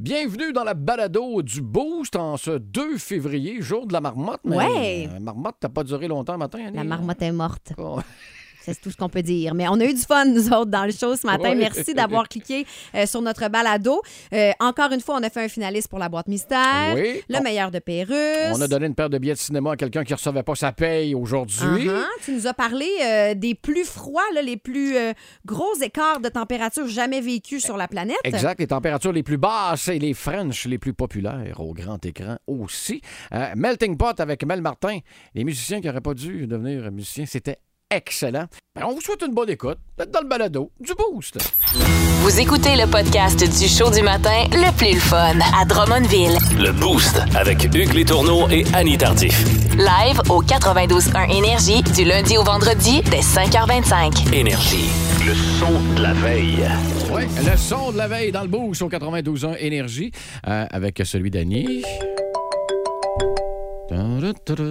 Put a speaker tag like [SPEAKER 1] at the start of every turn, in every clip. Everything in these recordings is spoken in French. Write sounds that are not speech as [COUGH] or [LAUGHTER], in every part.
[SPEAKER 1] Bienvenue dans la balado du Boost en ce 2 février, jour de la marmotte. Mais
[SPEAKER 2] Ouais.
[SPEAKER 1] La marmotte, t'as pas duré longtemps matin, Annie.
[SPEAKER 2] La marmotte est morte.
[SPEAKER 1] Oh.
[SPEAKER 2] [LAUGHS] C'est tout ce qu'on peut dire. Mais on a eu du fun, nous autres, dans le show ce matin.
[SPEAKER 1] Ouais.
[SPEAKER 2] Merci d'avoir cliqué euh, sur notre balado. Euh, encore une fois, on a fait un finaliste pour la boîte mystère.
[SPEAKER 1] Oui.
[SPEAKER 2] Le
[SPEAKER 1] On-
[SPEAKER 2] meilleur de Pérusse.
[SPEAKER 1] On a donné une paire de billets de cinéma à quelqu'un qui recevait pas sa paye aujourd'hui.
[SPEAKER 2] Uh-huh. Tu nous as parlé euh, des plus froids, là, les plus euh, gros écarts de température jamais vécus sur la planète.
[SPEAKER 1] Exact, les températures les plus basses et les French les plus populaires au grand écran aussi. Euh, Melting Pot avec Mel Martin, les musiciens qui n'auraient pas dû devenir musiciens, c'était excellent. Ben, on vous souhaite une bonne écoute, d'être dans le balado, du boost.
[SPEAKER 3] Vous écoutez le podcast du show du matin le plus le fun à Drummondville.
[SPEAKER 4] Le Boost avec Hugues Létourneau et Annie Tardif.
[SPEAKER 3] Live au 92.1 Énergie du lundi au vendredi dès 5h25.
[SPEAKER 4] Énergie. Le son de la veille.
[SPEAKER 1] Oui, le son de la veille dans le boost au 92.1 Énergie euh, avec celui d'Annie. Ta-da-ta-da.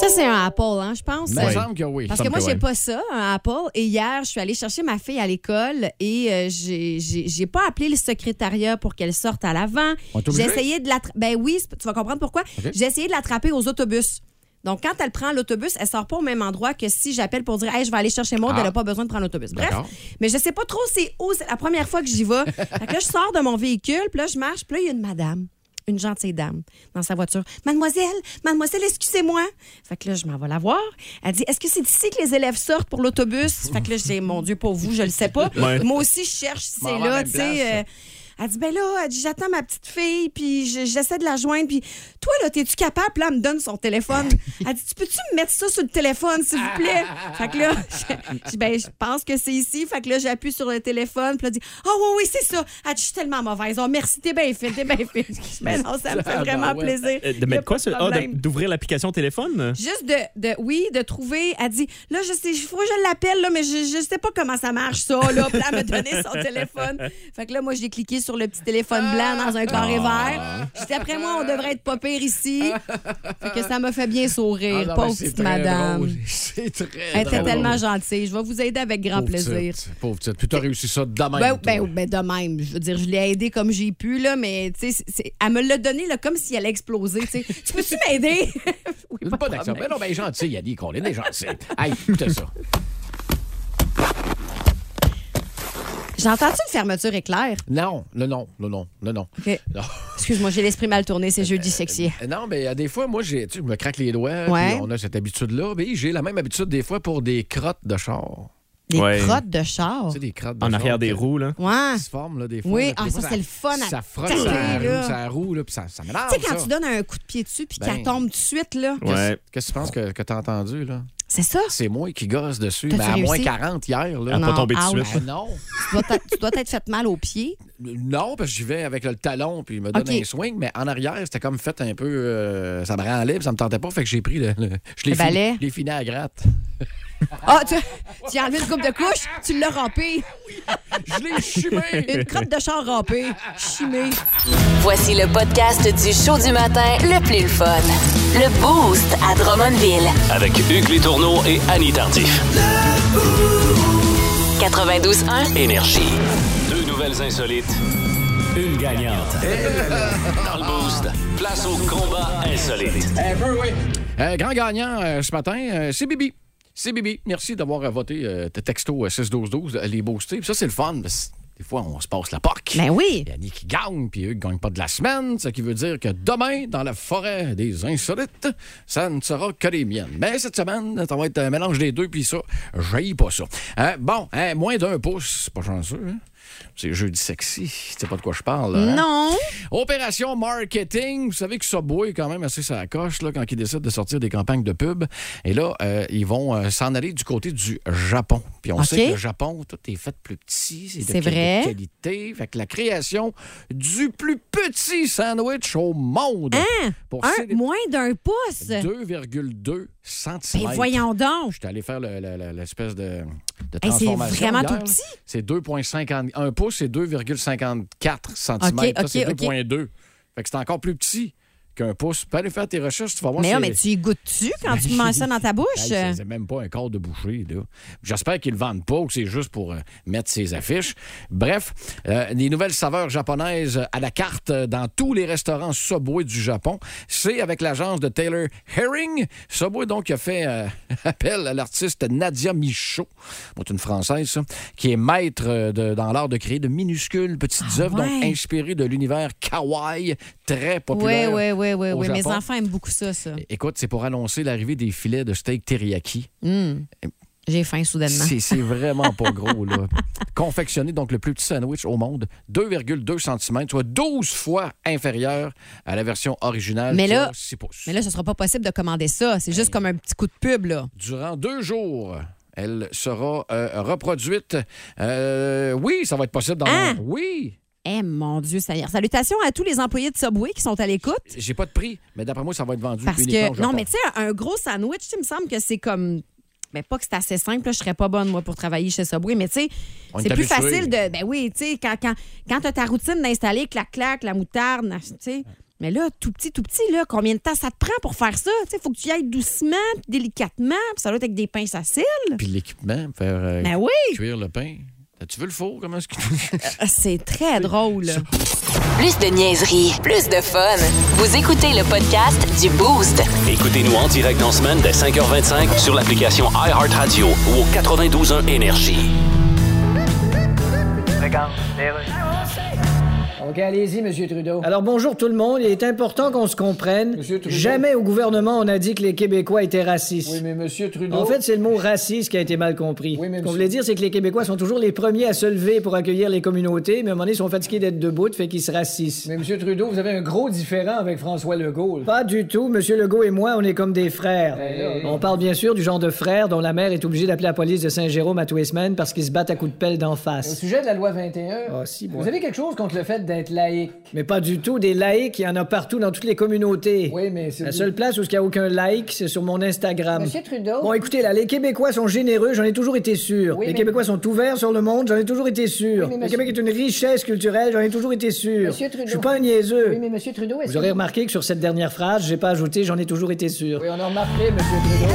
[SPEAKER 2] Ça, c'est un Apple, hein, je pense.
[SPEAKER 1] Il me semble que Ben oui.
[SPEAKER 2] Parce
[SPEAKER 1] Il
[SPEAKER 2] que
[SPEAKER 1] me
[SPEAKER 2] moi,
[SPEAKER 1] semble
[SPEAKER 2] j'ai
[SPEAKER 1] oui.
[SPEAKER 2] pas ça, un Apple. Et hier, je suis allée chercher ma fille à l'école et euh, j'ai- j'ai j'ai pas appelé le secrétariat pour qu'elle sorte à l'avant.
[SPEAKER 1] On est
[SPEAKER 2] J'ai
[SPEAKER 1] obligé?
[SPEAKER 2] essayé de l'attraper. Ben oui, c'est- tu vas comprendre pourquoi.
[SPEAKER 1] OK.
[SPEAKER 2] J'ai essayé de l'attraper aux autobus. Donc, quand elle prend l'autobus, elle sort pas au même endroit que si j'appelle pour dire Hey, je vais aller chercher Maud,
[SPEAKER 1] Ah.
[SPEAKER 2] elle a pas besoin de prendre l'autobus. Bref,
[SPEAKER 1] D'accord.
[SPEAKER 2] mais je sais pas trop c'est où. C'est la première fois que
[SPEAKER 1] [LAUGHS]
[SPEAKER 2] j'y vais. fait que là, je sors de mon véhicule, puis là, je marche, puis là, il y a une madame, une gentille dame, dans sa voiture. Mademoiselle, mademoiselle, excusez-moi. Fait que là, je m'en vais la voir. Elle dit Est-ce que c'est d'ici que les élèves sortent pour l'autobus Fait que là, je dis Mon Dieu, pour vous, je le sais pas. Moi aussi, je cherche si
[SPEAKER 1] M'en
[SPEAKER 2] c'est
[SPEAKER 1] vais à la
[SPEAKER 2] là,
[SPEAKER 1] même
[SPEAKER 2] tu
[SPEAKER 1] place.
[SPEAKER 2] sais. euh, elle dit, ben là, elle dit, j'attends ma petite fille, puis je- j'essaie de la joindre, puis toi, là, t'es-tu capable? Puis là, elle me donne
[SPEAKER 5] [LAUGHS]
[SPEAKER 2] son téléphone. Elle dit, tu peux-tu me mettre ça sur le téléphone, s'il vous plaît? Fait que là, [LAUGHS] je, je- ben, je pense que c'est ici. Fait que là, j'appuie sur le téléphone, puis là, elle dit, ah oui, oui, c'est ça. Elle dit, je suis tellement mauvaise. Oh, merci, t'es bien fait, t'es bien fait. [LAUGHS] Ben non, ça me fait
[SPEAKER 1] Ah, ben
[SPEAKER 2] vraiment
[SPEAKER 1] ouais.
[SPEAKER 2] plaisir.
[SPEAKER 5] Euh,
[SPEAKER 2] Y
[SPEAKER 5] De
[SPEAKER 2] a
[SPEAKER 5] mettre
[SPEAKER 2] pas
[SPEAKER 5] quoi
[SPEAKER 2] de
[SPEAKER 5] sur- ah, de-
[SPEAKER 2] problème.
[SPEAKER 5] D'ouvrir l'application téléphone?
[SPEAKER 2] Juste de, de- oui, de trouver. Elle dit, là, je sais, il faut que je l'appelle, là, mais je, je sais pas comment ça marche, ça, là. Puis là, elle me
[SPEAKER 1] [LAUGHS]
[SPEAKER 2] donner son téléphone. Fait que là, moi, j'ai cliqué sur le petit téléphone blanc dans un carré
[SPEAKER 1] Ah!
[SPEAKER 2] vert. J'étais après moi, on devrait être pas pire ici. Fait que ça m'a fait bien sourire.
[SPEAKER 1] Ah non, mais
[SPEAKER 2] Pauvre
[SPEAKER 1] c'est
[SPEAKER 2] petite
[SPEAKER 1] très
[SPEAKER 2] madame.
[SPEAKER 1] drôle. [LAUGHS] C'est très
[SPEAKER 2] Elle était
[SPEAKER 1] drôle.
[SPEAKER 2] tellement gentille. Je vais vous aider avec grand
[SPEAKER 1] Pauvre
[SPEAKER 2] plaisir.
[SPEAKER 1] petite, pauvre petite. Puis t'as réussi ça de même,
[SPEAKER 2] Ben,
[SPEAKER 1] toi.
[SPEAKER 2] ben, ben, de même. Je veux dire, je l'ai aidée comme j'ai pu, là, mais tu sais, c'est- c'est- elle me l'a donné là, comme si elle allait exploser. tu sais. Tu peux-tu m'aider? Oui,
[SPEAKER 1] Une
[SPEAKER 2] pas de
[SPEAKER 1] bonne action. Ben
[SPEAKER 2] problème.
[SPEAKER 1] non, ben gentil, Yannick, qu'on est des gentils. Hey, écoutez ça.
[SPEAKER 2] [LAUGHS] J'entends-tu une fermeture éclair?
[SPEAKER 1] Non, le non, le non, le non.
[SPEAKER 2] OK.
[SPEAKER 1] Non.
[SPEAKER 2] Excuse-moi, j'ai l'esprit mal tourné, c'est jeudi sexy.
[SPEAKER 1] Non, mais euh, des fois, moi, j'ai, tu sais, je me craque les doigts. puis
[SPEAKER 2] Ouais.
[SPEAKER 1] On a cette habitude-là. Mais j'ai la même habitude des fois pour des crottes de char.
[SPEAKER 2] Des
[SPEAKER 5] Ouais.
[SPEAKER 2] crottes de char.
[SPEAKER 1] Tu sais, des crottes de
[SPEAKER 5] En
[SPEAKER 1] char
[SPEAKER 5] arrière des
[SPEAKER 1] qui-
[SPEAKER 5] roues, là.
[SPEAKER 2] Ouais.
[SPEAKER 1] qui se forment, là, des fois.
[SPEAKER 2] Oui,
[SPEAKER 1] là, puis
[SPEAKER 2] ah,
[SPEAKER 1] des fois,
[SPEAKER 2] ça, c'est le fun à
[SPEAKER 1] Ça frotte
[SPEAKER 2] taper,
[SPEAKER 1] sur la
[SPEAKER 2] là.
[SPEAKER 1] roue, sur la roue, là, puis ça, ça m'énerve.
[SPEAKER 2] Tu sais, quand
[SPEAKER 1] ça.
[SPEAKER 2] tu donnes un coup de pied dessus puis
[SPEAKER 1] Ben.
[SPEAKER 2] qu'elle tombe tout de suite, là.
[SPEAKER 1] Qu'est-ce-
[SPEAKER 5] Ouais.
[SPEAKER 1] Qu'est-ce que tu penses que, que t'as entendu, là?
[SPEAKER 2] C'est ça.
[SPEAKER 1] C'est moi qui gosse dessus,
[SPEAKER 2] T'as-tu
[SPEAKER 1] mais à moins
[SPEAKER 2] réussi?
[SPEAKER 1] 40 hier,
[SPEAKER 5] À
[SPEAKER 1] là.
[SPEAKER 2] Non,
[SPEAKER 5] pas tomber tout de
[SPEAKER 2] ouch.
[SPEAKER 5] suite.
[SPEAKER 1] Ben non.
[SPEAKER 2] Tu dois t'a- tu dois t'être fait mal aux pieds.
[SPEAKER 1] Non, parce que j'y vais avec le talon, puis il me donne
[SPEAKER 2] OK.
[SPEAKER 1] un swing, mais en arrière, c'était comme fait un peu. euh, ça me rend libre, ça me tentait pas, fait que j'ai pris le. le- je l'ai
[SPEAKER 2] Le
[SPEAKER 1] fini-
[SPEAKER 2] balai?
[SPEAKER 1] je l'ai fini à la gratte.
[SPEAKER 2] Ah, tu, tu as enlevé une coupe de couche, tu l'as rampée.
[SPEAKER 1] Je l'ai chimé!
[SPEAKER 2] [LAUGHS] Une crotte de char rampée, chimée.
[SPEAKER 3] Voici le podcast du show du matin le plus le fun. Le Boost à Drummondville.
[SPEAKER 4] Avec Hugues Létourneau et Annie Tardif.
[SPEAKER 3] 92.1.
[SPEAKER 4] Énergie. Deux nouvelles insolites. Une gagnante. Dans le Boost, place au combat insolite.
[SPEAKER 1] Euh, grand gagnant euh, ce matin, euh, c'est Bibi. C'est Bibi. Merci d'avoir euh, voté euh, tes texto 6-12-12, euh, les beaux Puis ça, c'est le fun. parce que Des fois, on se passe la porc.
[SPEAKER 2] Ben oui.
[SPEAKER 1] Il y en a qui gagnent, puis eux qui gagnent pas de la semaine, ce qui veut dire que demain, dans la forêt des insolites, ça ne sera que les miennes. Mais cette semaine, ça va être un mélange des deux, puis ça, je pas ça. Hein, bon, hein, moins d'un pouce, c'est pas chanceux. hein. C'est jeudi sexy, tu sais pas de quoi je parle. là, hein?
[SPEAKER 2] Non.
[SPEAKER 1] Opération marketing. Vous savez que Subway est quand même assez sa coche là, quand ils décident de sortir des campagnes de pub. Et là, euh, ils vont euh, s'en aller du côté du Japon. Puis on
[SPEAKER 2] OK.
[SPEAKER 1] sait que le Japon, tout est fait plus petit, c'est de,
[SPEAKER 2] C'est
[SPEAKER 1] quali-
[SPEAKER 2] vrai.
[SPEAKER 1] de qualité. Fait que la création du plus petit sandwich au monde
[SPEAKER 2] Hein?
[SPEAKER 1] pour
[SPEAKER 2] Un,
[SPEAKER 1] célébrer
[SPEAKER 2] moins d'un pouce.
[SPEAKER 1] 2,2 cm.
[SPEAKER 2] Ben voyons donc.
[SPEAKER 1] J'étais allé faire le- le- le- l'espèce de, de
[SPEAKER 2] Hey, c'est
[SPEAKER 1] transformation.
[SPEAKER 2] vraiment
[SPEAKER 1] hier,
[SPEAKER 2] tout
[SPEAKER 1] là.
[SPEAKER 2] petit.
[SPEAKER 1] C'est 2,50. Un pouce, c'est 2,54 cm.
[SPEAKER 2] Ok, ok,
[SPEAKER 1] c'est
[SPEAKER 2] ok.
[SPEAKER 1] 2,2. Fait que c'est encore plus petit qu'un pouce. Tu peux aller faire tes recherches, tu vas voir
[SPEAKER 2] Mais non,
[SPEAKER 1] c'est-
[SPEAKER 2] mais tu y goûtes-tu quand tu manges ça dans ta bouche?
[SPEAKER 1] Hey, c'est- c'est même pas un corps de boucher, là. J'espère qu'ils le vendent pas ou que c'est juste pour euh, mettre ses affiches. Bref, euh, les nouvelles saveurs japonaises à la carte euh, dans tous les restaurants Subway du Japon. C'est avec l'agence de Taylor Herring. Subway, donc, a fait euh, [LAUGHS] appel à l'artiste Nadia Michaud, bon, c'est une Française, ça, qui est maître euh, de- dans l'art de créer de minuscules petites œuvres, donc
[SPEAKER 2] Ah ouais.
[SPEAKER 1] inspirées de l'univers kawaii, très
[SPEAKER 2] Oui,
[SPEAKER 1] populaire
[SPEAKER 2] oui, oui, oui,
[SPEAKER 1] au
[SPEAKER 2] oui. Mes
[SPEAKER 1] Japon.
[SPEAKER 2] enfants aiment beaucoup ça, ça.
[SPEAKER 1] Écoute, c'est pour annoncer l'arrivée des filets de steak teriyaki.
[SPEAKER 2] Hum. J'ai faim soudainement.
[SPEAKER 1] C'est c'est vraiment
[SPEAKER 2] [LAUGHS]
[SPEAKER 1] pas gros, là. Confectionner donc le plus petit sandwich au monde, 2,2 cm, soit 12 fois inférieur à la version originale
[SPEAKER 2] Mais
[SPEAKER 1] qui
[SPEAKER 2] là-
[SPEAKER 1] a 6 pouces.
[SPEAKER 2] Mais là, ce sera pas possible de commander ça.
[SPEAKER 1] Ben.
[SPEAKER 2] C'est juste comme un petit coup de pub, là.
[SPEAKER 1] Durant deux jours, elle sera euh, reproduite. Euh, oui, ça va être possible dans le
[SPEAKER 2] Hein?
[SPEAKER 1] monde. Oui,
[SPEAKER 2] Eh mon Dieu, Seigneur. Salutations à tous les employés de Subway qui sont à l'écoute.
[SPEAKER 1] j'ai pas de prix, mais d'après moi, ça va être vendu
[SPEAKER 2] Parce
[SPEAKER 1] uniquement au
[SPEAKER 2] que,
[SPEAKER 1] Japon.
[SPEAKER 2] non, mais tu sais, un gros sandwich, tu sais, il me semble que c'est comme. Mais pas que c'est assez simple, là. je serais pas bonne, moi, pour travailler chez Subway, mais tu sais,
[SPEAKER 1] On
[SPEAKER 2] c'est
[SPEAKER 1] est
[SPEAKER 2] plus
[SPEAKER 1] habitué.
[SPEAKER 2] facile de. Ben oui, tu sais, quand, quand, quand t'as ta routine d'installer clac-clac, la moutarde, na- tu sais. Mais là, tout petit, tout petit, là, combien de temps ça te prend pour faire ça? Tu sais, faut que tu y ailles doucement, puis délicatement, puis ça doit être avec des pinces à cils.
[SPEAKER 1] Puis l'équipement, faire euh,
[SPEAKER 2] Ben oui! Ah,
[SPEAKER 1] cuire le pain. Tu veux le four? Comment est-ce que... [LAUGHS]
[SPEAKER 2] [LAUGHS] C'est très drôle.
[SPEAKER 3] Plus de niaiserie, plus de fun. Vous écoutez le podcast du Boost.
[SPEAKER 4] Écoutez-nous en direct en semaine dès 5h25 sur l'application iHeartRadio ou au 92.1 Énergie.
[SPEAKER 5] OK, allez-y, Monsieur Trudeau.
[SPEAKER 6] Oh. Alors bonjour tout le monde, il est important qu'on se comprenne.
[SPEAKER 5] Monsieur Trudeau.
[SPEAKER 6] Jamais au gouvernement on a dit que les Québécois étaient racistes.
[SPEAKER 5] Oui, mais Monsieur Trudeau.
[SPEAKER 6] En fait, c'est le mot raciste qui a été mal compris.
[SPEAKER 5] Oui, mais
[SPEAKER 6] Ce qu'on
[SPEAKER 5] monsieur-
[SPEAKER 6] voulait dire, c'est que les Québécois sont toujours les premiers à se lever pour accueillir les communautés, mais à un moment donné, ils sont fatigués d'être debout, de fait qu'ils se racissent.
[SPEAKER 5] mais Monsieur Trudeau, vous avez un gros différent avec François Legault. Eh,
[SPEAKER 6] Pas du tout. Monsieur Legault et moi, on est comme des frères.
[SPEAKER 5] Hey, hey.
[SPEAKER 6] On parle bien sûr du genre de frères dont la mère est obligée d'appeler la police de Saint-Jérôme à tous les semaines parce qu'ils se battent à coups de pelle d'en
[SPEAKER 5] Au
[SPEAKER 6] face.
[SPEAKER 5] sujet de la loi 21,
[SPEAKER 6] Ah, si, moi.
[SPEAKER 5] vous avez quelque chose contre le fait d'être laïque.
[SPEAKER 6] Mais pas du tout. Des laïcs, il y en a partout dans toutes les communautés.
[SPEAKER 5] Oui, mais c'est.
[SPEAKER 6] La seule place où il n'y a aucun like, c'est sur mon Instagram.
[SPEAKER 5] Monsieur Trudeau.
[SPEAKER 6] Bon, écoutez, là, les Québécois sont généreux, j'en ai toujours été sûr.
[SPEAKER 5] Oui,
[SPEAKER 6] les
[SPEAKER 5] mais-
[SPEAKER 6] Québécois sont ouverts sur le monde, j'en ai toujours été sûr.
[SPEAKER 5] Oui, mais
[SPEAKER 6] Le
[SPEAKER 5] monsieur-
[SPEAKER 6] Québec est une richesse culturelle, j'en ai toujours été sûr.
[SPEAKER 5] Monsieur Trudeau.
[SPEAKER 6] Je suis pas un niaiseux.
[SPEAKER 5] Oui, mais Monsieur Trudeau, est-ce
[SPEAKER 6] Vous aurez remarqué que sur cette dernière phrase, j'ai pas ajouté j'en ai toujours été sûr.
[SPEAKER 5] Oui, on a remarqué, Monsieur Trudeau.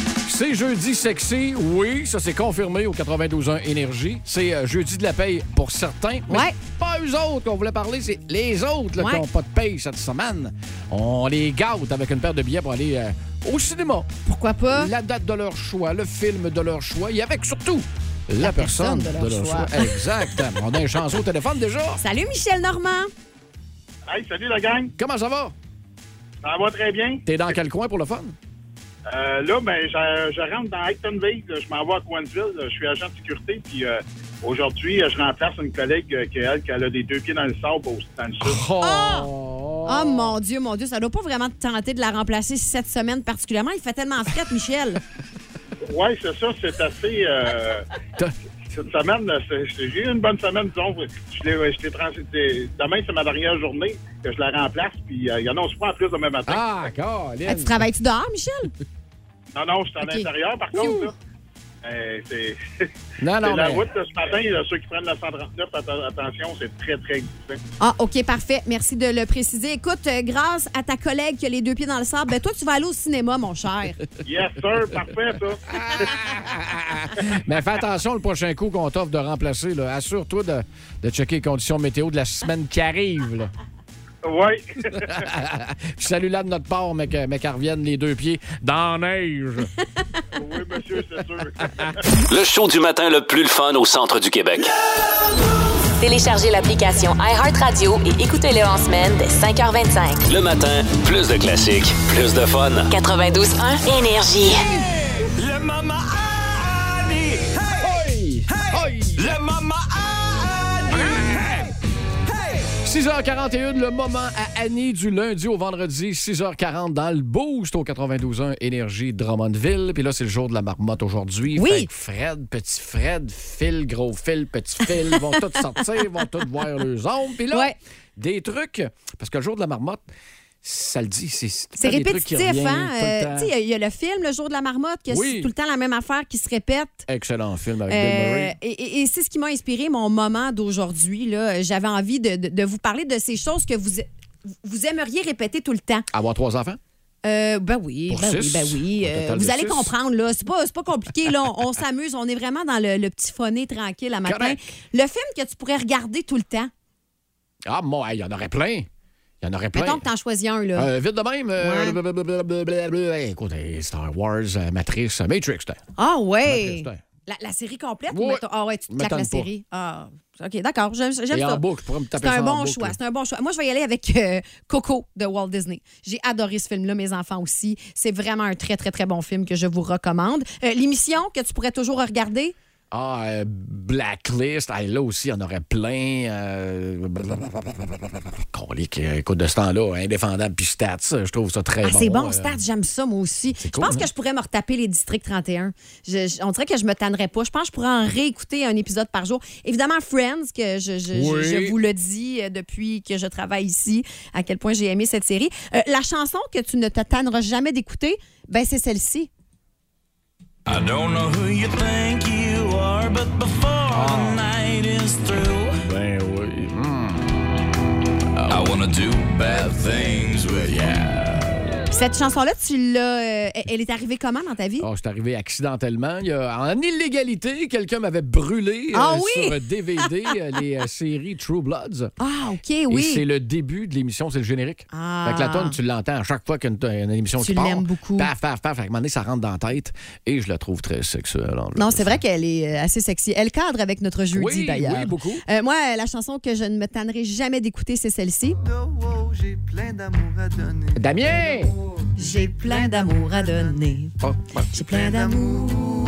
[SPEAKER 1] C'est jeudi sexy, oui, ça c'est confirmé au 92.1 Énergie. C'est euh, jeudi de la paye pour certains, mais
[SPEAKER 2] Ouais.
[SPEAKER 1] c'est pas eux autres qu'on voulait parler, c'est les autres là,
[SPEAKER 2] Ouais.
[SPEAKER 1] qui n'ont pas de paye cette semaine. On les gâte avec une paire de billets pour aller euh, au cinéma.
[SPEAKER 2] Pourquoi pas?
[SPEAKER 1] La date de leur choix, le film de leur choix et avec surtout la, personne,
[SPEAKER 2] personne de leur
[SPEAKER 1] de leur
[SPEAKER 2] choix.
[SPEAKER 1] choix. Exact. On a un chance au téléphone déjà.
[SPEAKER 2] Salut, Michel Normand.
[SPEAKER 7] Hey, salut la gang,
[SPEAKER 1] Comment ça va?
[SPEAKER 7] ça va très bien.
[SPEAKER 1] T'es dans quel coin pour le fun?
[SPEAKER 7] Euh, là, ben, je, je rentre dans Actonville, là. je m'en vais à Coinsville, là. je suis agent de sécurité, puis euh, aujourd'hui, euh, je remplace une collègue euh, qui, elle, qui elle a des deux pieds dans le sable au dans le sud.
[SPEAKER 1] Oh!
[SPEAKER 2] Oh mon Dieu, mon Dieu, ça doit pas vraiment te tenter de la remplacer cette semaine particulièrement. Il fait tellement fret, Michel.
[SPEAKER 1] [LAUGHS]
[SPEAKER 7] Ouais, c'est ça, c'est assez. euh, [LAUGHS]
[SPEAKER 1] Ah,
[SPEAKER 7] cette semaine, là, c'est- c'est- j'ai eu une bonne semaine, disons. Je l'ai, je l'ai trans- c'est- Demain, c'est ma dernière journée que je la remplace, puis euh, il y en a, on se prend en plus demain matin.
[SPEAKER 1] Ah, Colin!
[SPEAKER 2] Ah, tu travailles-tu dehors,
[SPEAKER 1] [LAUGHS]
[SPEAKER 2] Michel?
[SPEAKER 7] Non, non, je suis à
[SPEAKER 2] Ok.
[SPEAKER 7] l'intérieur, par contre. là. Euh, c'est [LAUGHS]
[SPEAKER 1] Non,
[SPEAKER 7] c'est
[SPEAKER 1] Ah non,
[SPEAKER 7] la
[SPEAKER 1] mais-
[SPEAKER 7] route de ce matin, là, ceux qui prennent la 139, atten- attention, c'est très, très glissant.
[SPEAKER 2] Ah, OK, parfait. Merci de le préciser. Écoute, euh, grâce à ta collègue qui a les deux pieds dans le sable, ben, toi, tu vas aller au cinéma,
[SPEAKER 1] [LAUGHS]
[SPEAKER 2] mon cher.
[SPEAKER 7] Yes, sir, parfait, ça.
[SPEAKER 1] Mais fais attention le prochain coup qu'on t'offre de remplacer. là. Assure-toi de, de checker les conditions météo de la semaine qui arrive. là.
[SPEAKER 7] Oui.
[SPEAKER 1] Puis salut-la de notre part, mais que- mais qu'elle revienne les deux pieds dans la neige.
[SPEAKER 7] [LAUGHS] oui, monsieur, c'est sûr.
[SPEAKER 4] Le show du matin le plus le fun au centre du Québec.
[SPEAKER 3] téléchargez l'application iHeartRadio et écoutez-le en semaine dès 5h25.
[SPEAKER 4] Le matin, plus de classiques, plus de fun.
[SPEAKER 3] 92.1, énergie.
[SPEAKER 4] Le Mama Annie!
[SPEAKER 1] Hey! Hey!
[SPEAKER 4] Le Mama Annie!
[SPEAKER 1] 6h41, le moment à Annie du lundi au vendredi, 6h40 dans le Boost au 92.1 Énergie Drummondville. Puis là, c'est le jour de la marmotte aujourd'hui.
[SPEAKER 2] Oui.
[SPEAKER 1] Fait que Fred, petit Fred, Phil, gros Phil, petit Phil, vont
[SPEAKER 2] [LAUGHS]
[SPEAKER 1] tous sortir, vont tous voir leurs ombres. Puis là,
[SPEAKER 2] Ouais.
[SPEAKER 1] des trucs, parce que le jour de la marmotte, ça le dit, c'est tout le
[SPEAKER 2] C'est
[SPEAKER 1] temps des trucs qui
[SPEAKER 2] répétitif,
[SPEAKER 1] reviennent
[SPEAKER 2] hein?
[SPEAKER 1] tout le
[SPEAKER 2] Euh,
[SPEAKER 1] temps.
[SPEAKER 2] tu sais, il y a- il y, a le film, Le jour de la marmotte, que
[SPEAKER 1] Oui.
[SPEAKER 2] c'est tout le temps la même affaire qui se répète.
[SPEAKER 1] Excellent film avec Bill
[SPEAKER 2] Euh,
[SPEAKER 1] Murray.
[SPEAKER 2] et et- et c'est ce qui m'a inspiré mon moment d'aujourd'hui. là. J'avais envie de, de- de vous parler de ces choses que vous, vous aimeriez répéter tout le temps.
[SPEAKER 1] Avoir trois enfants?
[SPEAKER 2] Euh, ben oui,
[SPEAKER 1] Pour
[SPEAKER 2] ben oui,
[SPEAKER 1] six,
[SPEAKER 2] ben oui.
[SPEAKER 1] un
[SPEAKER 2] Euh,
[SPEAKER 1] total de
[SPEAKER 2] vous allez
[SPEAKER 1] six.
[SPEAKER 2] comprendre, là. C'est pas, c'est pas compliqué, là. On, on s'amuse. On est vraiment dans le, le petit phoné tranquille à matin.
[SPEAKER 1] Correct.
[SPEAKER 2] Le film que tu pourrais regarder tout le temps.
[SPEAKER 1] Ah, moi, il y en aurait plein. Il y en aurait plein.
[SPEAKER 2] Mettons que t'en choisis un, là.
[SPEAKER 1] Euh, vite de même. euh,
[SPEAKER 2] Ouais.
[SPEAKER 1] blablabla, blablabla, écoute, hey, Star Wars, euh, Matrix, euh, Matrix. t'as-
[SPEAKER 2] Ah,
[SPEAKER 1] Matrix,
[SPEAKER 2] ouais.
[SPEAKER 1] t'as-
[SPEAKER 2] La, la série complète?
[SPEAKER 1] Ouais.
[SPEAKER 2] ou mettons- Ah, ouais, tu te
[SPEAKER 1] Me
[SPEAKER 2] claques la
[SPEAKER 1] tente pas.
[SPEAKER 2] série. Ah, OK, d'accord. J'aime j'aime
[SPEAKER 1] Et en
[SPEAKER 2] ça.
[SPEAKER 1] boucle, je pourrais me taper
[SPEAKER 2] C'est
[SPEAKER 1] ça
[SPEAKER 2] un
[SPEAKER 1] en
[SPEAKER 2] bon
[SPEAKER 1] boucle,
[SPEAKER 2] choix.
[SPEAKER 1] là.
[SPEAKER 2] C'est un bon choix. Moi, je vais y aller avec euh, Coco de Walt Disney. J'ai adoré ce film-là, mes enfants aussi. C'est vraiment un très, très, très bon film que je vous recommande. Euh, L'émission que tu pourrais toujours regarder?
[SPEAKER 1] Ah, euh, Blacklist. Ah, là aussi, il y en aurait plein. Euh... Colique, euh, écoute, de ce temps-là, indéfendable puis stats. euh, Je trouve ça très
[SPEAKER 2] Ah,
[SPEAKER 1] bon.
[SPEAKER 2] c'est bon,
[SPEAKER 1] euh,
[SPEAKER 2] Stats, j'aime ça, moi aussi. Je
[SPEAKER 1] cool,
[SPEAKER 2] pense
[SPEAKER 1] hein?
[SPEAKER 2] que je pourrais me retaper les districts 31. Je- je- on dirait que je me tannerais pas. Je pense que je pourrais en réécouter un épisode par jour. Évidemment, Friends, que je, je-
[SPEAKER 1] Oui.
[SPEAKER 2] je- je vous le dis euh, depuis que je travaille ici, à quel point j'ai aimé cette série. Euh, la chanson que tu ne te tanneras jamais d'écouter, ben c'est celle-ci.
[SPEAKER 8] I don't know who you think you are, but before the night is through,
[SPEAKER 1] Ben oui. hmm. Hum.
[SPEAKER 8] I wanna do bad things with ya.
[SPEAKER 2] Puis Cette chanson-là, tu l'as. euh, elle est arrivée comment dans ta vie?
[SPEAKER 1] Ah, c'est arrivé accidentellement. Il y a- en illégalité, quelqu'un m'avait brûlé euh,
[SPEAKER 2] Ah oui?
[SPEAKER 1] sur DVD euh, les euh, séries True Bloods.
[SPEAKER 2] Ah, OK,
[SPEAKER 1] Et c'est
[SPEAKER 2] oui.
[SPEAKER 1] le début de l'émission, c'est le générique.
[SPEAKER 2] Ah.
[SPEAKER 1] Fait que la tonne, tu l'entends à chaque fois qu'une y a une émission
[SPEAKER 2] Tu
[SPEAKER 1] qui part.
[SPEAKER 2] l'aimes beaucoup.
[SPEAKER 1] Paf, paf, paf. Fait que à un moment donné, ça rentre dans la tête et je la trouve très sexuelle. en
[SPEAKER 2] Non,
[SPEAKER 1] le-
[SPEAKER 2] c'est vrai qu'elle est euh, assez sexy. Elle cadre avec notre jeudi,
[SPEAKER 1] Oui,
[SPEAKER 2] d'ailleurs.
[SPEAKER 1] oui, beaucoup.
[SPEAKER 2] Euh, moi, euh, la chanson que je ne me tannerai jamais d'écouter, c'est celle-ci.
[SPEAKER 9] j'ai plein d'amour à donner.
[SPEAKER 1] Damien!
[SPEAKER 2] J'ai plein d'amour à donner.
[SPEAKER 1] Oh, ouais.
[SPEAKER 2] J'ai plein d'amour.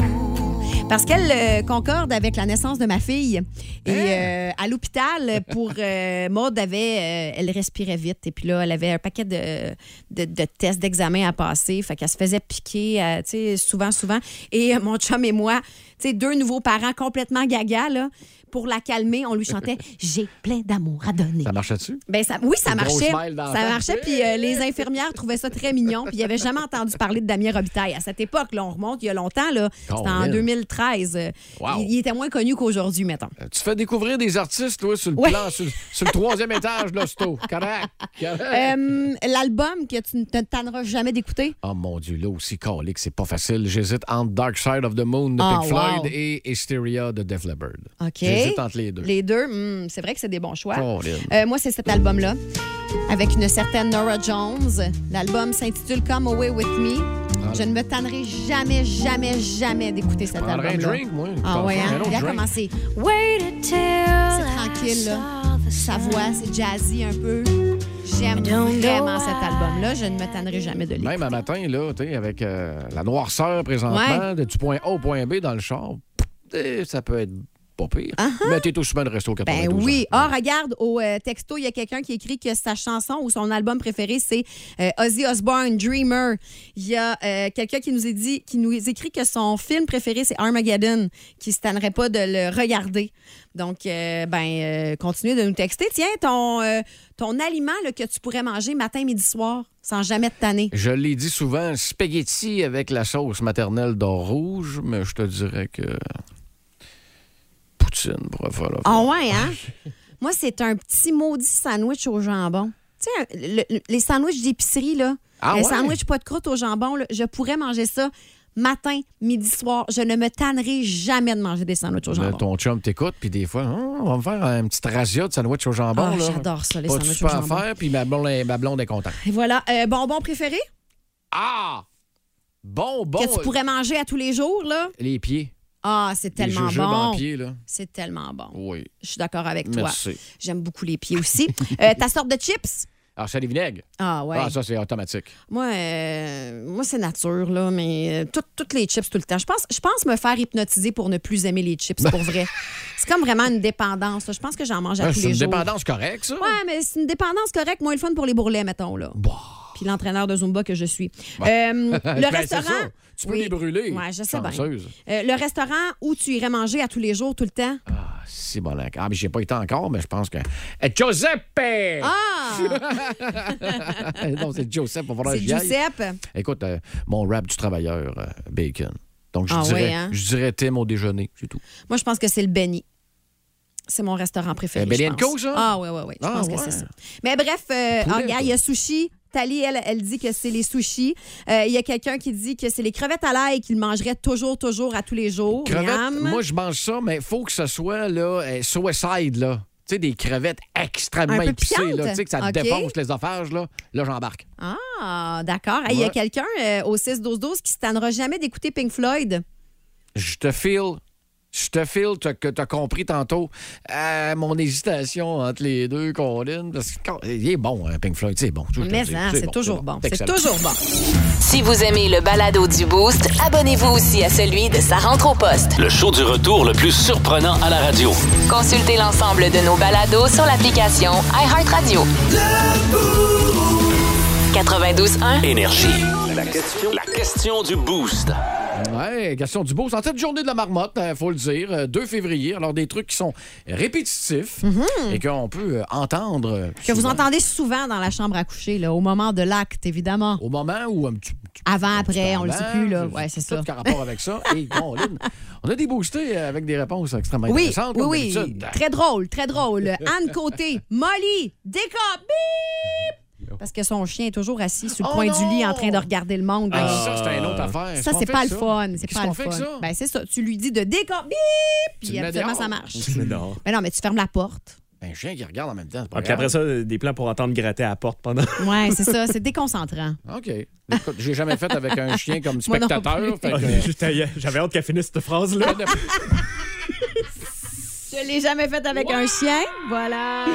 [SPEAKER 2] Parce qu'elle euh, concorde avec la naissance de ma fille. Et
[SPEAKER 1] Hein?
[SPEAKER 2] euh, à l'hôpital, pour euh, Maude, avait, euh, elle respirait vite. Et puis là, elle avait un paquet de, de, de tests, d'examens à passer. Fait qu'elle se faisait piquer, euh, tu sais, souvent, souvent. Et euh, mon chum et moi, tu sais, deux nouveaux parents complètement gaga, là, pour la calmer, on
[SPEAKER 1] [LAUGHS]
[SPEAKER 2] lui chantait J'ai plein d'amour à donner.
[SPEAKER 1] Ça marchait dessus?
[SPEAKER 2] Ben ça, oui, ça
[SPEAKER 1] Une grosse
[SPEAKER 2] marchait.
[SPEAKER 1] smile dans la
[SPEAKER 2] Ça
[SPEAKER 1] tête.
[SPEAKER 2] marchait, puis euh, les infirmières trouvaient ça très mignon. Puis ils n'avaient jamais entendu parler de Damien Robitaille. À cette époque, là, on remonte il y a longtemps, là. C'était en
[SPEAKER 1] Colin.
[SPEAKER 2] 2013. Euh,
[SPEAKER 1] Wow.
[SPEAKER 2] Il, il était moins connu qu'aujourd'hui, mettons.
[SPEAKER 1] Euh, Tu fais découvrir des artistes, toi, sur le
[SPEAKER 2] Ouais.
[SPEAKER 1] plan, sur, sur le troisième étage de l'hosto. Correct. Correct.
[SPEAKER 2] Euh, L'album que tu ne te tanneras jamais d'écouter.
[SPEAKER 1] Oh mon Dieu, là aussi, calique, c'est pas facile. J'hésite entre Dark Side of the Moon de
[SPEAKER 2] Ah,
[SPEAKER 1] Pink
[SPEAKER 2] wow.
[SPEAKER 1] Floyd et Hysteria de Def Leppard.
[SPEAKER 2] OK.
[SPEAKER 1] J'hésite entre les deux.
[SPEAKER 2] Les deux, hmm, c'est vrai que c'est des bons choix.
[SPEAKER 1] Colin.
[SPEAKER 2] Euh, moi, c'est cet album-là, avec une certaine Nora Jones. L'album s'intitule Come Away With Me.
[SPEAKER 1] Ah.
[SPEAKER 2] Je ne me tannerai jamais, jamais, jamais d'écouter cet
[SPEAKER 1] Prendrais un
[SPEAKER 2] album-là.
[SPEAKER 1] drink, moi.
[SPEAKER 2] Ah ouais,
[SPEAKER 1] Un
[SPEAKER 2] hein?
[SPEAKER 1] autre
[SPEAKER 2] Regarde
[SPEAKER 1] drink.
[SPEAKER 2] comment c'est. C'est tranquille, là. Sa voix, c'est jazzy un peu. J'aime vraiment cet album-là. Je ne me tannerai jamais de lui.
[SPEAKER 1] Même un matin, là, tu sais, avec euh, la noirceur présentement, de- du point A au point B dans le char, eh, ça peut être pas pire. Mais t'es tout souvent de resto 92
[SPEAKER 2] Ah Ben oui.
[SPEAKER 1] ans.
[SPEAKER 2] Ah, regarde, au euh, texto, il y a quelqu'un qui écrit que sa chanson ou son album préféré, c'est euh, Ozzy Osbourne, Dreamer. Il y a euh, quelqu'un qui nous est dit, qui nous écrit que son film préféré, c'est Armageddon, qui ne se tannerait pas de le regarder. Donc, euh, ben, euh, continuez de nous texter. Tiens, ton, euh, ton aliment là, que tu pourrais manger matin, midi, soir, sans jamais te tanner.
[SPEAKER 1] Je l'ai dit souvent, spaghetti avec la sauce maternelle d'or rouge, mais je te dirais que. Poutine, pourrait faire la
[SPEAKER 2] Ah ouais, hein? [LAUGHS] Moi, c'est un petit maudit sandwich au jambon. Tu sais, un- le- le- les sandwichs d'épicerie, là.
[SPEAKER 1] Ah
[SPEAKER 2] le
[SPEAKER 1] ouais?
[SPEAKER 2] sandwich pas de croûte au jambon, là, je pourrais manger ça matin, midi, soir. Je ne me tannerai jamais de manger des sandwichs au
[SPEAKER 1] Là,
[SPEAKER 2] jambon.
[SPEAKER 1] ton chum t'écoute, puis des fois, Hum, on va me faire un petit razzia de sandwich au jambon.
[SPEAKER 2] Ah,
[SPEAKER 1] là.
[SPEAKER 2] j'adore ça, les
[SPEAKER 1] Pas de
[SPEAKER 2] sandwichs au
[SPEAKER 1] super à
[SPEAKER 2] jambon.
[SPEAKER 1] faire, puis ma blonde, ma blonde est contente.
[SPEAKER 2] Et voilà. Euh, bonbon préféré
[SPEAKER 1] Ah! Bon, bon!
[SPEAKER 2] que tu pourrais manger à tous les jours, là?
[SPEAKER 1] Les pieds.
[SPEAKER 2] Ah, c'est tellement
[SPEAKER 1] les jujubes en
[SPEAKER 2] bon.
[SPEAKER 1] pied, là.
[SPEAKER 2] C'est tellement bon.
[SPEAKER 1] Oui.
[SPEAKER 2] Je suis d'accord avec toi.
[SPEAKER 1] Merci.
[SPEAKER 2] J'aime beaucoup les
[SPEAKER 1] [LAUGHS]
[SPEAKER 2] pieds aussi. Euh, ta sorte de chips?
[SPEAKER 1] Alors, ça, les vinaigres.
[SPEAKER 2] Ah ouais.
[SPEAKER 1] Ah, ça, c'est automatique.
[SPEAKER 2] Moi, euh, moi c'est nature, là,
[SPEAKER 1] [LAUGHS]
[SPEAKER 2] mais euh, tout- toutes les chips tout le temps. Je pense, je pense me faire hypnotiser pour ne plus aimer les chips, pour vrai. C'est comme vraiment une dépendance. là. Je pense que j'en mange
[SPEAKER 1] Ah,
[SPEAKER 2] à tous
[SPEAKER 1] C'est
[SPEAKER 2] les
[SPEAKER 1] une
[SPEAKER 2] jours.
[SPEAKER 1] dépendance correcte, ça.
[SPEAKER 2] Ouais, mais c'est une dépendance correcte, moins le fun pour les bourrelets, mettons. Là. Puis l'entraîneur de Zumba que je suis.
[SPEAKER 1] [LAUGHS]
[SPEAKER 2] Euh,
[SPEAKER 1] Bah. Ben,
[SPEAKER 2] le
[SPEAKER 1] c'est
[SPEAKER 2] restaurant.
[SPEAKER 1] ça. Tu peux
[SPEAKER 2] Oui.
[SPEAKER 1] les brûler.
[SPEAKER 2] Ouais, je sais bien.
[SPEAKER 1] Chanceuse.
[SPEAKER 2] Euh, le restaurant où tu irais manger à tous les jours, tout le temps.
[SPEAKER 1] C'est bon. là. Ah, mais j'ai pas été encore, mais je pense que. Eh, Giuseppe!
[SPEAKER 2] Ah!
[SPEAKER 1] [LAUGHS] non, c'est Giuseppe. On va voir
[SPEAKER 2] c'est Giuseppe.
[SPEAKER 1] Écoute, euh, mon rap du travailleur, euh, Bacon. Donc, je,
[SPEAKER 2] Ah
[SPEAKER 1] dirais,
[SPEAKER 2] ouais, hein?
[SPEAKER 1] je dirais Tim au déjeuner, c'est tout.
[SPEAKER 2] Moi, je pense que c'est le Benny. C'est mon restaurant préféré.
[SPEAKER 1] Euh, Benny
[SPEAKER 2] je pense.
[SPEAKER 1] Co, ça?
[SPEAKER 2] Ah, oui, oui, oui. Je
[SPEAKER 1] Ah,
[SPEAKER 2] pense
[SPEAKER 1] ouais.
[SPEAKER 2] que c'est ça. Mais bref, euh,
[SPEAKER 1] Poulet,
[SPEAKER 2] ah, regarde, il y a sushi. Tali, elle, elle dit que c'est les sushis. Euh, Il y a quelqu'un qui dit que c'est les crevettes à l'ail qu'il mangerait toujours, toujours, à tous les jours.
[SPEAKER 1] Crevettes,
[SPEAKER 2] Miam.
[SPEAKER 1] moi, je mange ça, mais faut que ce soit là, euh, suicide, là. Tu sais, des crevettes extrêmement
[SPEAKER 2] Un peu
[SPEAKER 1] épicées, là.
[SPEAKER 2] piquantes?
[SPEAKER 1] Tu sais, que ça
[SPEAKER 2] Ok.
[SPEAKER 1] te défonce les ophages, là. Là, j'embarque.
[SPEAKER 2] Ah, d'accord. Hey, Il y a
[SPEAKER 1] Ouais.
[SPEAKER 2] quelqu'un euh, au 6-12-12 qui se tannera jamais d'écouter Pink Floyd.
[SPEAKER 1] Je te file. Je te file t'as- que t'as compris tantôt euh, mon hésitation entre les deux, Colin. Parce que quand- il est bon, hein, Pink Floyd, c'est bon. je te le
[SPEAKER 2] Mais
[SPEAKER 1] dis,
[SPEAKER 2] hein, c'est toujours bon. C'est
[SPEAKER 1] Excellent.
[SPEAKER 2] toujours bon.
[SPEAKER 3] Si vous aimez le balado du Boost, abonnez-vous aussi à celui de sa rentre au poste.
[SPEAKER 4] Le show du retour le plus surprenant à la radio.
[SPEAKER 3] Consultez l'ensemble de nos balados sur l'application iHeartRadio. 92.1.
[SPEAKER 4] Énergie. La question, la question du boost.
[SPEAKER 1] Ouais, question du beau. C'est en tête de journée de la marmotte, il faut le dire. euh, 2 février. Alors, des trucs qui sont répétitifs et qu'on peut euh, entendre. euh,
[SPEAKER 2] Mhm. Que vous
[SPEAKER 1] souvent.
[SPEAKER 2] entendez souvent dans la chambre à coucher, là, au moment de l'acte, évidemment.
[SPEAKER 1] Au moment où un petit. petit-
[SPEAKER 2] Avant,
[SPEAKER 1] un petit
[SPEAKER 2] après,
[SPEAKER 1] peu
[SPEAKER 2] on le sait
[SPEAKER 1] avant,
[SPEAKER 2] plus, là.
[SPEAKER 1] je-
[SPEAKER 2] Ouais, c'est
[SPEAKER 1] oh, tout
[SPEAKER 2] ça.
[SPEAKER 1] qui a rapport avec ça. Et Caroline, on a des boostés avec des réponses extrêmement
[SPEAKER 2] Oui,
[SPEAKER 1] intéressantes. Ben, comme
[SPEAKER 2] oui, oui.
[SPEAKER 1] d'habitude.
[SPEAKER 2] Très drôle,
[SPEAKER 1] [LAUGHS]
[SPEAKER 2] très drôle. Anne Côté, Molly, décop, bip! Parce que son chien est toujours assis sur le
[SPEAKER 1] Oh
[SPEAKER 2] coin
[SPEAKER 1] non!
[SPEAKER 2] du lit en train de regarder le monde.
[SPEAKER 1] Ah,
[SPEAKER 2] Ben,
[SPEAKER 1] ça, c'est une autre affaire.
[SPEAKER 2] ça,
[SPEAKER 1] Qu'est-ce
[SPEAKER 2] c'est
[SPEAKER 1] qu'on fait
[SPEAKER 2] pas le
[SPEAKER 1] avec
[SPEAKER 2] fun. C'est
[SPEAKER 1] Qu'est-ce
[SPEAKER 2] pas
[SPEAKER 1] qu'on
[SPEAKER 2] le
[SPEAKER 1] fait avec
[SPEAKER 2] fun.
[SPEAKER 1] ça?
[SPEAKER 2] Ben, c'est ça. Tu lui dis de décop, bip! Puis
[SPEAKER 1] le mets
[SPEAKER 2] habituellement, ça
[SPEAKER 1] dehors.
[SPEAKER 2] marche.
[SPEAKER 10] Non.
[SPEAKER 2] Mais non, mais tu fermes la porte.
[SPEAKER 1] Un Ben, chien qui regarde en même temps. c'est pas
[SPEAKER 10] Donc, après
[SPEAKER 1] grave.
[SPEAKER 10] ça, euh, des plans pour entendre gratter à la porte
[SPEAKER 2] [LAUGHS]
[SPEAKER 10] pendant.
[SPEAKER 2] Ouais, c'est ça. C'est déconcentrant.
[SPEAKER 1] OK. Écoute, j'ai jamais fait avec un chien comme
[SPEAKER 2] Moi non
[SPEAKER 1] spectateur. fait
[SPEAKER 10] Ah,
[SPEAKER 1] que-
[SPEAKER 10] juste ailleurs. J'avais hâte qu'elle finisse cette
[SPEAKER 2] Ah,
[SPEAKER 10] phrase-là.
[SPEAKER 2] Je l'ai jamais fait avec un chien. Voilà.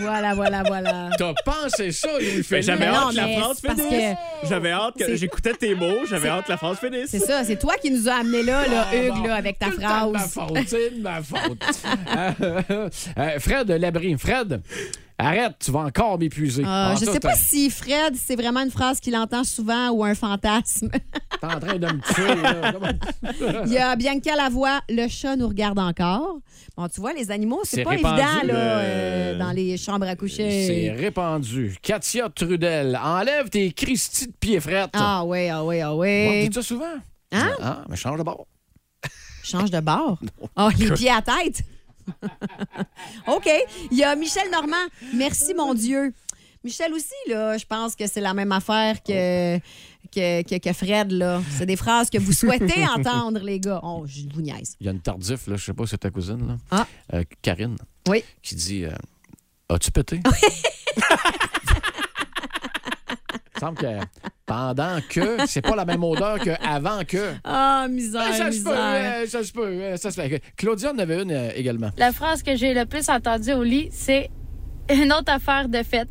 [SPEAKER 2] Voilà, voilà, voilà.
[SPEAKER 1] [LAUGHS] T'as pensé ça, louis
[SPEAKER 10] Ben, J'avais
[SPEAKER 2] Mais non,
[SPEAKER 10] hâte que la
[SPEAKER 2] mais
[SPEAKER 10] phrase
[SPEAKER 2] c'est parce
[SPEAKER 10] finisse. J'avais hâte que.
[SPEAKER 2] c'est-
[SPEAKER 10] J'écoutais tes mots, j'avais hâte que la phrase finisse.
[SPEAKER 2] C'est ça, c'est toi qui nous as amené là, là, Hugues, là, avec ta
[SPEAKER 1] Tout le temps de
[SPEAKER 2] phrase.
[SPEAKER 1] Ma faute, c'est de ma faute. Euh, [LAUGHS] euh, Fred Labrie. Fred, arrête, tu vas encore m'épuiser.
[SPEAKER 2] Ah,
[SPEAKER 1] Ah,
[SPEAKER 2] je
[SPEAKER 1] ça,
[SPEAKER 2] sais pas
[SPEAKER 1] t'as-
[SPEAKER 2] si Fred, c'est vraiment une phrase qu'il entend souvent ou un fantasme. [LAUGHS]
[SPEAKER 1] T'es en train de me tuer, là.
[SPEAKER 2] Il y a Bianca Lavoie, le chat nous regarde encore. Bon, tu vois, les animaux, c'est
[SPEAKER 10] C'est
[SPEAKER 2] pas
[SPEAKER 10] répandu,
[SPEAKER 2] évident, là,
[SPEAKER 10] euh,
[SPEAKER 2] euh, dans les chambres
[SPEAKER 1] [LAUGHS]
[SPEAKER 2] à
[SPEAKER 1] C'est
[SPEAKER 2] coucher.
[SPEAKER 1] répandu. Katia Trudel, enlève tes Christy de pieds frettes.
[SPEAKER 2] Ah oui, ah oui, ah
[SPEAKER 1] On
[SPEAKER 2] oui.
[SPEAKER 1] dit ça souvent?
[SPEAKER 2] Hein?
[SPEAKER 1] Ah, mais change de bord.
[SPEAKER 2] Change de bord. Ah, les pieds à tête. [LAUGHS] OK. Il y a Michel Normand. Merci, mon Dieu. Michel aussi, là, je pense que c'est la même affaire que, que, que, que Fred, là. C'est des phrases que vous souhaitez entendre, les gars. Oh, je vous niaise.
[SPEAKER 1] Il y a une tardif, là, je sais pas, c'est ta cousine, là.
[SPEAKER 2] Ah.
[SPEAKER 1] Euh, Karine,
[SPEAKER 2] Oui.
[SPEAKER 1] qui dit euh, As-tu pété? [LAUGHS] Il semble que pendant que, c'est pas la même odeur qu'avant que.
[SPEAKER 2] Ah, misère,
[SPEAKER 1] Ben, ça se peut,
[SPEAKER 2] misère.
[SPEAKER 1] euh, ça se peut, euh, ça se fait. Claudia en avait une euh, également.
[SPEAKER 8] La phrase que j'ai le plus entendue au lit, c'est une autre affaire de fête.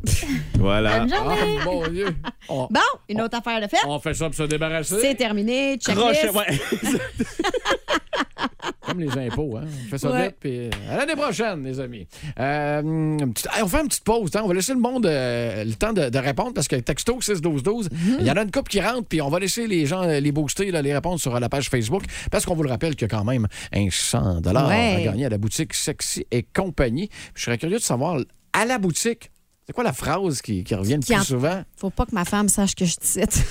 [SPEAKER 10] Voilà.
[SPEAKER 1] Ah, mon
[SPEAKER 2] [LAUGHS]
[SPEAKER 1] Dieu. On,
[SPEAKER 2] Bon, une autre affaire de fait.
[SPEAKER 1] on fait ça pour se
[SPEAKER 2] C'est
[SPEAKER 1] débarrasser.
[SPEAKER 2] terminé.
[SPEAKER 10] Crochet,
[SPEAKER 2] Checklist.
[SPEAKER 10] ouais.
[SPEAKER 1] Comme les impôts, hein. On fait ça
[SPEAKER 2] Ouais.
[SPEAKER 1] vite, puis à l'année prochaine, les amis. Euh, une petite- hey, on fait une petite pause, hein. on va laisser le monde euh, le temps de, de répondre, parce que texto 6-12-12,
[SPEAKER 2] Mm-hmm.
[SPEAKER 1] il y en a une coupe qui rentre, puis on va laisser les gens euh, les booster, là, les répondre sur euh, la page Facebook, parce qu'on vous le rappelle qu'il y a quand même un 100 à
[SPEAKER 2] Ouais.
[SPEAKER 1] gagner à la boutique Sexy et compagnie. Je serais curieux de savoir, à la boutique, c'est quoi la phrase qui, qui revient le
[SPEAKER 2] Qui
[SPEAKER 1] plus
[SPEAKER 2] en- [LAUGHS]
[SPEAKER 1] souvent?
[SPEAKER 2] Faut pas que ma femme sache que je te cite.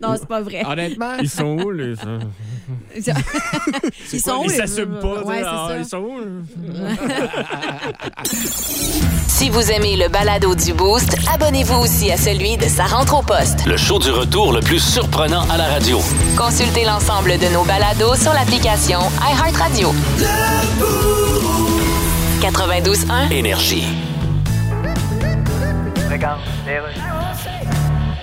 [SPEAKER 2] non, c'est pas [LAUGHS] vrai.
[SPEAKER 1] Honnêtement,
[SPEAKER 10] Ils sont où, les gens?
[SPEAKER 2] Ils sont où,
[SPEAKER 10] Ils
[SPEAKER 2] les-
[SPEAKER 10] s'assument pas.
[SPEAKER 2] Ouais,
[SPEAKER 10] tu sais,
[SPEAKER 2] c'est
[SPEAKER 10] ah,
[SPEAKER 2] ça.
[SPEAKER 10] Ils sont où? là?
[SPEAKER 3] Si vous aimez le balado du Boost, abonnez-vous aussi à celui de sa rentre au poste.
[SPEAKER 4] Le show du retour le plus surprenant à la radio.
[SPEAKER 3] Consultez l'ensemble de nos balados sur l'application iHeartRadio. 92.1.
[SPEAKER 4] Énergie.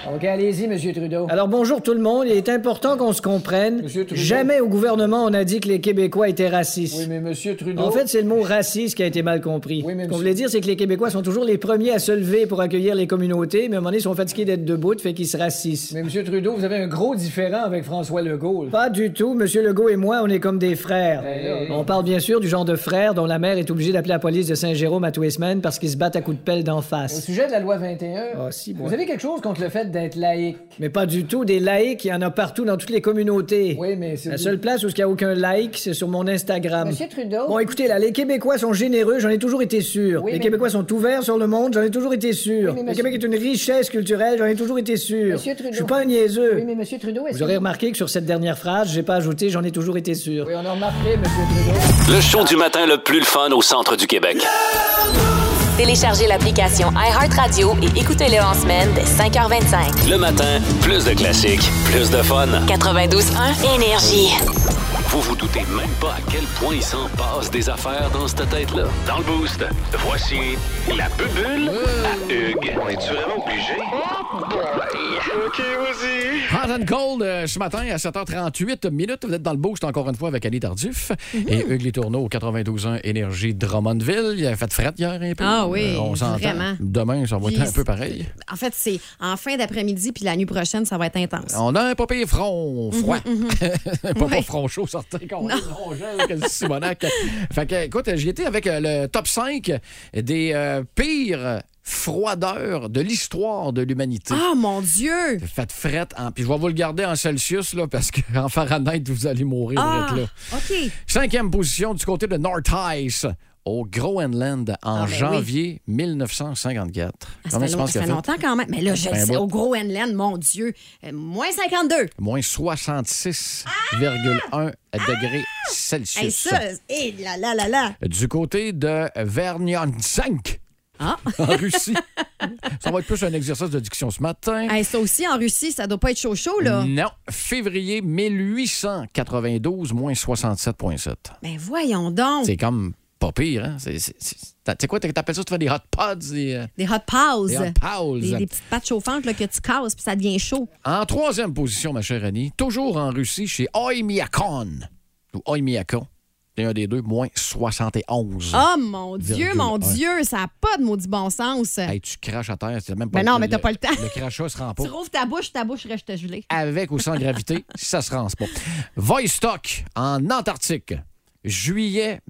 [SPEAKER 5] On
[SPEAKER 11] OK, allez-y, M. Trudeau.
[SPEAKER 6] Alors bonjour tout le monde, il est important qu'on se comprenne.
[SPEAKER 11] Trudeau.
[SPEAKER 6] Jamais au gouvernement on a dit que les Québécois étaient racistes.
[SPEAKER 11] Oui, mais M. Trudeau.
[SPEAKER 6] En fait, c'est le mot raciste qui a été mal compris. Ce qu'on voulait dire, c'est que les Québécois sont toujours les premiers à se lever pour accueillir les communautés, mais à un moment donné, ils sont fatigués d'être debout, fait qu'ils se racissent.
[SPEAKER 11] Mais M. Trudeau, vous avez un gros différent avec François Legault. là.
[SPEAKER 6] Pas du tout. Monsieur Legault et moi, on est comme des frères.
[SPEAKER 11] Ben là.
[SPEAKER 6] On parle bien sûr du genre de frères dont la mère est obligée d'appeler la police de Saint-Jérôme à tous les semaines parce qu'ils se battent à coups de pelle d'en
[SPEAKER 11] Au
[SPEAKER 6] face.
[SPEAKER 11] sujet de la loi 21,
[SPEAKER 6] Ah, si, moi.
[SPEAKER 11] vous avez quelque chose contre le fait d'être laïque?
[SPEAKER 6] Mais pas du tout. Des laïcs, il y en a partout dans toutes les communautés.
[SPEAKER 11] Oui, mais c'est...
[SPEAKER 6] La seule place où il n'y a aucun like, c'est sur mon Instagram.
[SPEAKER 11] Monsieur Trudeau?
[SPEAKER 6] Oh. Bon, écoutez, là, les Québécois sont généreux, j'en ai toujours été sûr.
[SPEAKER 11] Oui,
[SPEAKER 6] les
[SPEAKER 11] mais-
[SPEAKER 6] Québécois sont ouverts sur le monde, j'en ai toujours été sûr.
[SPEAKER 11] Oui, mais
[SPEAKER 6] Le
[SPEAKER 11] monsieur-
[SPEAKER 6] Québec est une richesse culturelle, j'en ai toujours été sûr.
[SPEAKER 11] Monsieur Trudeau.
[SPEAKER 6] Je suis pas un niaiseux.
[SPEAKER 11] Oui, mais M. Trudeau, est-ce
[SPEAKER 6] Vous aurez
[SPEAKER 11] que-
[SPEAKER 6] remarqué que sur cette dernière phrase, j'ai pas ajouté, j'en ai toujours été sûr.
[SPEAKER 11] Oui, on a remarqué, M. Trudeau.
[SPEAKER 4] Le show du matin le plus le fun au centre du Québec.
[SPEAKER 3] Téléchargez l'application iHeartRadio et écoutez-le en semaine dès 5h25.
[SPEAKER 4] Le matin, plus de classiques, plus de fun.
[SPEAKER 3] 92.1 Énergie.
[SPEAKER 4] Vous vous doutez même pas à quel point il s'en passe des affaires dans cette tête-là. Dans le boost, voici la bubule à Hugues. On est-tu vraiment obligé? OK, vas-y.
[SPEAKER 1] Hot and Cold, euh, ce matin à 7h38 minutes. Vous êtes dans le boost encore une fois avec Annie Tardif
[SPEAKER 2] Mhm.
[SPEAKER 1] et Hugues Les Tourneaux au 92.1 Énergie Drummondville. Il a fait frette hier un peu. Euh,
[SPEAKER 2] Ah oui,
[SPEAKER 1] on s'entend.
[SPEAKER 2] vraiment.
[SPEAKER 1] Demain, ça va être
[SPEAKER 2] Puis
[SPEAKER 1] un peu pareil.
[SPEAKER 2] En fait, c'est en fin d'après-midi, puis la nuit prochaine, ça va être intense.
[SPEAKER 1] On a un papier front froid. [LAUGHS] pas, pas
[SPEAKER 2] Mhm, Ouais.
[SPEAKER 1] front chaud, certain qu'on est rongeur que le Simonac. Fait que, écoute, j'y étais avec euh, le top 5 des euh, pires froideurs de l'histoire de l'humanité.
[SPEAKER 2] Ah mon Dieu!
[SPEAKER 1] Faites frette. En... Puis je vais vous le garder en Celsius, là, parce [LAUGHS] qu'en Fahrenheit, vous allez mourir
[SPEAKER 2] Ah,
[SPEAKER 1] direct, là.
[SPEAKER 2] OK.
[SPEAKER 1] Cinquième position du côté de North Ice au Groenland en
[SPEAKER 2] Ah, ben oui.
[SPEAKER 1] janvier 1954.
[SPEAKER 2] Ah, ça
[SPEAKER 1] Combien
[SPEAKER 2] fait,
[SPEAKER 1] tu
[SPEAKER 2] long-
[SPEAKER 1] penses
[SPEAKER 2] ça fait
[SPEAKER 1] qu'il a fait?
[SPEAKER 2] longtemps quand même. Mais là, je
[SPEAKER 1] Un
[SPEAKER 2] le sais,
[SPEAKER 1] bout.
[SPEAKER 2] au Groenland, mon Dieu, euh, moins 52.
[SPEAKER 1] Moins 66,1 degrés Celsius.
[SPEAKER 2] Ah! Hey, ça, et là, là, là, là.
[SPEAKER 1] Du côté de Verniansk
[SPEAKER 2] Ah.
[SPEAKER 1] en Russie. ça va être plus un exercice de diction ce matin.
[SPEAKER 2] Hey, ça aussi, en Russie, ça doit pas être chaud chaud, là.
[SPEAKER 1] Non, février 1892, moins 67,7.
[SPEAKER 2] Ben voyons donc.
[SPEAKER 1] C'est comme pas pire, hein? C'est c'est- c'est- t'as- t'sais quoi, t'as- t'appelles ça, tu fais des hot pods? Des, euh,
[SPEAKER 2] Des hot pals.
[SPEAKER 1] Des hot pals.
[SPEAKER 2] Des, des petites pattes chauffantes là, que tu casses, puis ça devient chaud.
[SPEAKER 1] En troisième position, ma chère Annie, toujours en Russie, chez Oymyakon. Ou Oymyakon. C'est un des deux, moins 71.
[SPEAKER 2] Oh mon Dieu,
[SPEAKER 1] Virgule
[SPEAKER 2] mon
[SPEAKER 1] un.
[SPEAKER 2] Dieu, ça n'a pas de maudit bon sens.
[SPEAKER 1] Hey, tu craches à terre, c'est même pas
[SPEAKER 2] Ben
[SPEAKER 1] le-
[SPEAKER 2] non, mais t'as pas le temps.
[SPEAKER 1] Le crachat se rend pas.
[SPEAKER 2] tu rouvres ta bouche, ta bouche reste gelée.
[SPEAKER 1] Avec ou sans gravité, ça se rend pas. Voistock, en Antarctique, juillet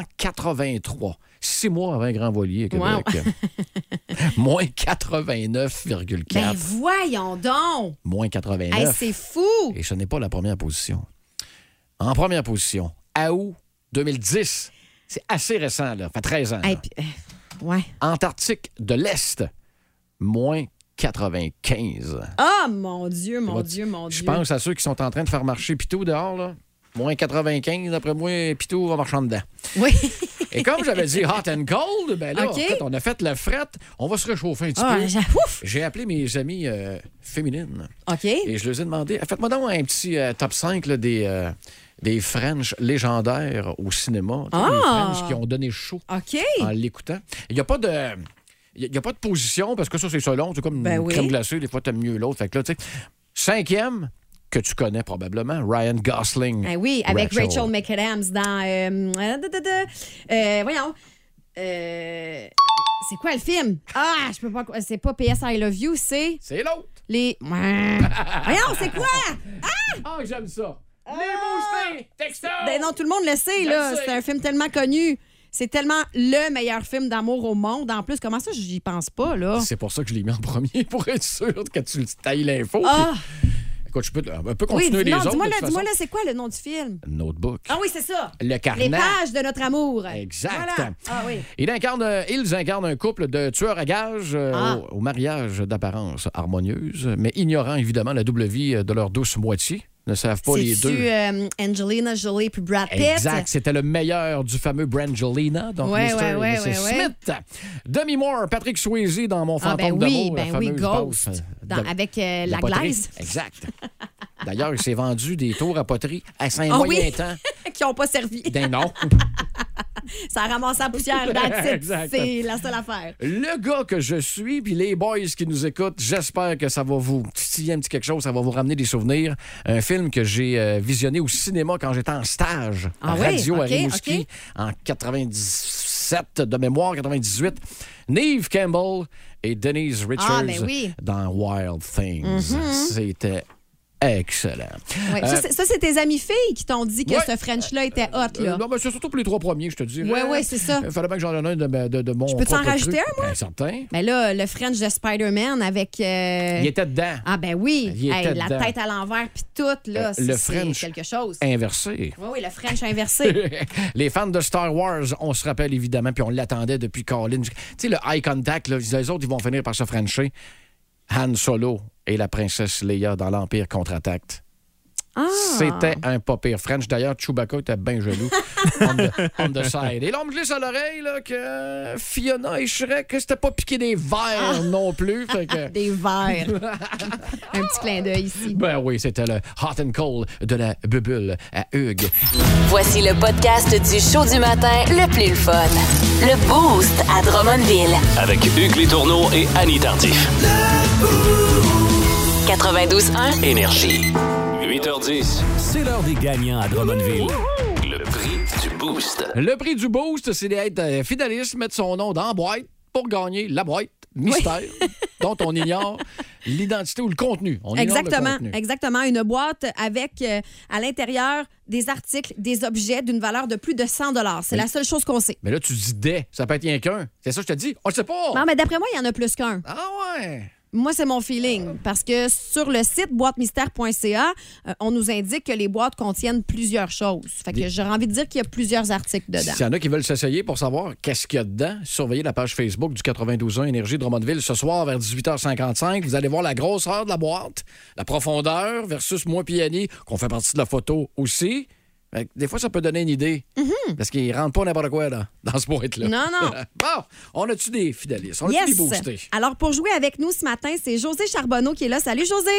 [SPEAKER 1] 1983. Six mois avant un grand voilier à
[SPEAKER 2] Wow.
[SPEAKER 1] Québec. [LAUGHS] moins 89,4.
[SPEAKER 2] Ben voyons donc.
[SPEAKER 1] moins
[SPEAKER 2] Ben, Hey,
[SPEAKER 1] 89.
[SPEAKER 2] c'est fou.
[SPEAKER 1] Et ce n'est pas la première position. En première position, à août 2010. C'est assez récent, là. Ça fait 13 ans. là.
[SPEAKER 2] Hey, puis, euh, ouais.
[SPEAKER 1] Antarctique de l'Est, moins 95.
[SPEAKER 2] Ah, mon Dieu, mon
[SPEAKER 1] Moi,
[SPEAKER 2] Dieu, mon Dieu.
[SPEAKER 1] Je pense à ceux qui sont en train de faire marcher Pitou dehors, là. Moins 95, après moi, Pitou va marcher en dedans.
[SPEAKER 2] Oui. [LAUGHS]
[SPEAKER 1] Et comme j'avais dit hot and cold, ben là,
[SPEAKER 2] OK.
[SPEAKER 1] en fait, on a fait la frette. On va se réchauffer un petit
[SPEAKER 2] Ah,
[SPEAKER 1] peu.
[SPEAKER 2] j'ai- ouf.
[SPEAKER 1] J'ai appelé mes amies euh, féminines.
[SPEAKER 2] OK.
[SPEAKER 1] Et je leur ai demandé, faites-moi donc un petit euh, top 5 là, des, euh, des French légendaires au cinéma. Tu sais, Les
[SPEAKER 2] Ah!
[SPEAKER 1] French qui ont donné chaud
[SPEAKER 2] OK.
[SPEAKER 1] en l'écoutant. Il n'y a pas de... Il n'y a pas de position parce que ça, c'est selon. C'est comme
[SPEAKER 2] Ben
[SPEAKER 1] une
[SPEAKER 2] oui.
[SPEAKER 1] crème glacée. Des fois, t'aimes mieux l'autre. Fait que là, tu sais. Cinquième, que tu connais probablement, Ryan Gosling.
[SPEAKER 2] Ben oui, avec Rachel, McAdams dans. euh, euh, da, da, da. Euh, voyons. Euh, c'est quoi le film? Ah, je peux pas. C'est pas PS I Love You, c'est
[SPEAKER 1] C'est l'autre. [LAUGHS]
[SPEAKER 2] les. voyons, c'est quoi?
[SPEAKER 1] Ah, j'aime ça.
[SPEAKER 2] Ben non, tout le monde le sait,
[SPEAKER 1] Je
[SPEAKER 2] là.
[SPEAKER 1] le sais.
[SPEAKER 2] C'est un film tellement connu. C'est tellement le meilleur film d'amour au monde. En plus, comment ça, j'y pense pas, là?
[SPEAKER 1] C'est pour ça que je l'ai mis en premier, [LAUGHS] pour être sûr que tu le tailles l'info.
[SPEAKER 2] Ah,
[SPEAKER 1] Puis, Écoute, je peux, te- on peut
[SPEAKER 2] oui,
[SPEAKER 1] continuer les
[SPEAKER 2] non,
[SPEAKER 1] autres.
[SPEAKER 2] dis-moi
[SPEAKER 1] de
[SPEAKER 2] là,
[SPEAKER 1] toute
[SPEAKER 2] dis-moi
[SPEAKER 1] façon.
[SPEAKER 2] là, c'est quoi le nom du film?
[SPEAKER 1] Notebook.
[SPEAKER 2] Ah oui, c'est ça.
[SPEAKER 1] Le carnet.
[SPEAKER 2] Les pages de notre amour.
[SPEAKER 1] Exact.
[SPEAKER 2] Voilà. Ah oui.
[SPEAKER 1] Il incarne, euh, ils incarnent un couple de tueurs à gages euh,
[SPEAKER 2] Ah.
[SPEAKER 1] au, au mariage d'apparence harmonieuse, mais ignorant évidemment la double vie euh, de leur douce moitié. Ne savent pas les
[SPEAKER 2] C'est-tu
[SPEAKER 1] deux.
[SPEAKER 2] euh, Angelina Jolie puis Brad Pitt?
[SPEAKER 1] Exact, c'était le meilleur du fameux Brangelina, donc
[SPEAKER 2] Ouais,
[SPEAKER 1] Mr.
[SPEAKER 2] ouais,
[SPEAKER 1] et
[SPEAKER 2] ouais,
[SPEAKER 1] Mrs.
[SPEAKER 2] ouais, ouais.
[SPEAKER 1] Smith. Demi Moore, Patrick Swayze dans Mon
[SPEAKER 2] Ah,
[SPEAKER 1] fantôme
[SPEAKER 2] ben
[SPEAKER 1] d'amour,
[SPEAKER 2] oui,
[SPEAKER 1] la
[SPEAKER 2] ben oui,
[SPEAKER 1] fameuse
[SPEAKER 2] Ghost.
[SPEAKER 1] passe, euh,
[SPEAKER 2] dans-
[SPEAKER 1] de-
[SPEAKER 2] avec euh,
[SPEAKER 1] de
[SPEAKER 2] la
[SPEAKER 1] poterie.
[SPEAKER 2] glaise.
[SPEAKER 1] Exact. D'ailleurs, il s'est vendu des tours à poterie à saint
[SPEAKER 2] Ah [LAUGHS]
[SPEAKER 1] moyen
[SPEAKER 2] oui.
[SPEAKER 1] temps.
[SPEAKER 2] qui n'ont pas servi.
[SPEAKER 1] Ben non.
[SPEAKER 2] Ça ramasse la poussière. that's
[SPEAKER 1] [LAUGHS]
[SPEAKER 2] it.
[SPEAKER 1] Exact.
[SPEAKER 2] C'est la seule affaire.
[SPEAKER 1] Le gars que je suis, puis les boys qui nous écoutent, j'espère que ça va vous titiller un petit quelque chose, ça va vous ramener des souvenirs. Un film que j'ai euh, visionné au cinéma quand j'étais en stage
[SPEAKER 2] Ah
[SPEAKER 1] à
[SPEAKER 2] oui?
[SPEAKER 1] Radio
[SPEAKER 2] Ok,
[SPEAKER 1] à Rimouski
[SPEAKER 2] ok.
[SPEAKER 1] en 97 de mémoire, 98. Neve Campbell et Denise Richards
[SPEAKER 2] Ah, ben oui.
[SPEAKER 1] dans Wild Things.
[SPEAKER 2] Mhm.
[SPEAKER 1] C'était excellent.
[SPEAKER 2] Ouais.
[SPEAKER 1] Euh,
[SPEAKER 2] Ça, c'est- ça, c'est tes amis filles qui t'ont dit que
[SPEAKER 1] Ouais.
[SPEAKER 2] ce French-là était hot, là.
[SPEAKER 1] euh, non, mais c'est surtout pour les trois premiers, je te dirais.
[SPEAKER 2] Ouais, ouais, c'est ça.
[SPEAKER 1] Il fallait bien que j'en donne un de, ma- de, de mon.
[SPEAKER 2] Je peux t'en
[SPEAKER 1] propre
[SPEAKER 2] rajouter
[SPEAKER 1] truc.
[SPEAKER 2] un, moi?
[SPEAKER 1] Ben, certain.
[SPEAKER 2] Mais là, le French de Spider-Man avec. euh,
[SPEAKER 1] Il était dedans.
[SPEAKER 2] Ah, ben oui.
[SPEAKER 1] Il
[SPEAKER 2] Hey,
[SPEAKER 1] était
[SPEAKER 2] la
[SPEAKER 1] dedans.
[SPEAKER 2] tête à l'envers, puis tout, là.
[SPEAKER 1] Euh,
[SPEAKER 2] c'est-
[SPEAKER 1] le
[SPEAKER 2] c'est
[SPEAKER 1] French
[SPEAKER 2] quelque chose.
[SPEAKER 1] Inversé. [LAUGHS]
[SPEAKER 2] Oui, oui, le French inversé.
[SPEAKER 1] les fans de Star Wars, on se rappelle évidemment, puis on l'attendait depuis Colin. Tu sais, le eye contact, là, les autres, ils vont finir par se franchir. Han Solo et la princesse Leia dans l'Empire contre-attaque.
[SPEAKER 2] Ah.
[SPEAKER 1] C'était un pas pire French. D'ailleurs, Chewbacca était bien jaloux. on, the, on the side. Et là, on me glisse à l'oreille là, que Fiona et Shrek, c'était pas piqué des verres non plus. Fait que...
[SPEAKER 2] [LAUGHS]
[SPEAKER 1] [LAUGHS]
[SPEAKER 2] Des verres. Un petit clin d'œil ici.
[SPEAKER 1] Ben oui, c'était le hot and cold de la bubule à Hugues.
[SPEAKER 3] Voici le podcast du show du matin le plus fun. Le Boost à Drummondville.
[SPEAKER 4] Avec Hugues Létourneau et Annie Tardif.
[SPEAKER 3] 92.1.
[SPEAKER 4] Énergie. 8h10. C'est l'heure des gagnants à Drummondville. Le prix du boost.
[SPEAKER 1] Le prix du boost, c'est d'être euh, finaliste, mettre son nom dans la boîte pour gagner la boîte mystère dont on ignore l'identité ou le contenu. On ignore le
[SPEAKER 2] Exactement,
[SPEAKER 1] contenu.
[SPEAKER 2] exactement. Une boîte avec euh, à l'intérieur des articles, des objets d'une valeur de plus de 100 C'est
[SPEAKER 1] Mais-
[SPEAKER 2] la seule chose qu'on sait.
[SPEAKER 1] Mais là, tu dis des, ça peut être rien qu'un. C'est ça que je te dis. On ne sait pas.
[SPEAKER 2] Non, mais d'après moi, il y en a plus qu'un.
[SPEAKER 1] Ah ouais?
[SPEAKER 2] Moi, c'est mon feeling. Parce que sur le site boîtemystère.ca, euh, on nous indique que les boîtes contiennent plusieurs choses. Fait que j'aurais envie de dire qu'il y a plusieurs articles dedans.
[SPEAKER 1] S'il y en a qui veulent s'essayer pour savoir qu'est-ce qu'il y a dedans, surveillez la page Facebook du 92.1 Énergie Drummondville ce soir vers 18h55. Vous allez voir la grosseur de la boîte, la profondeur versus moi puis Annie, qu'on fait partie de la photo aussi. Fait que Des fois, ça peut donner une idée. Parce qu'ils ne rentrent pas n'importe quoi là, dans ce boîte-là.
[SPEAKER 2] Mm-hmm. Non, non.
[SPEAKER 1] [LAUGHS] bon, on a-tu des fidélistes? On a-tu des boostés?
[SPEAKER 2] Alors, pour jouer avec nous ce matin, c'est José Charbonneau qui est là. Salut, José.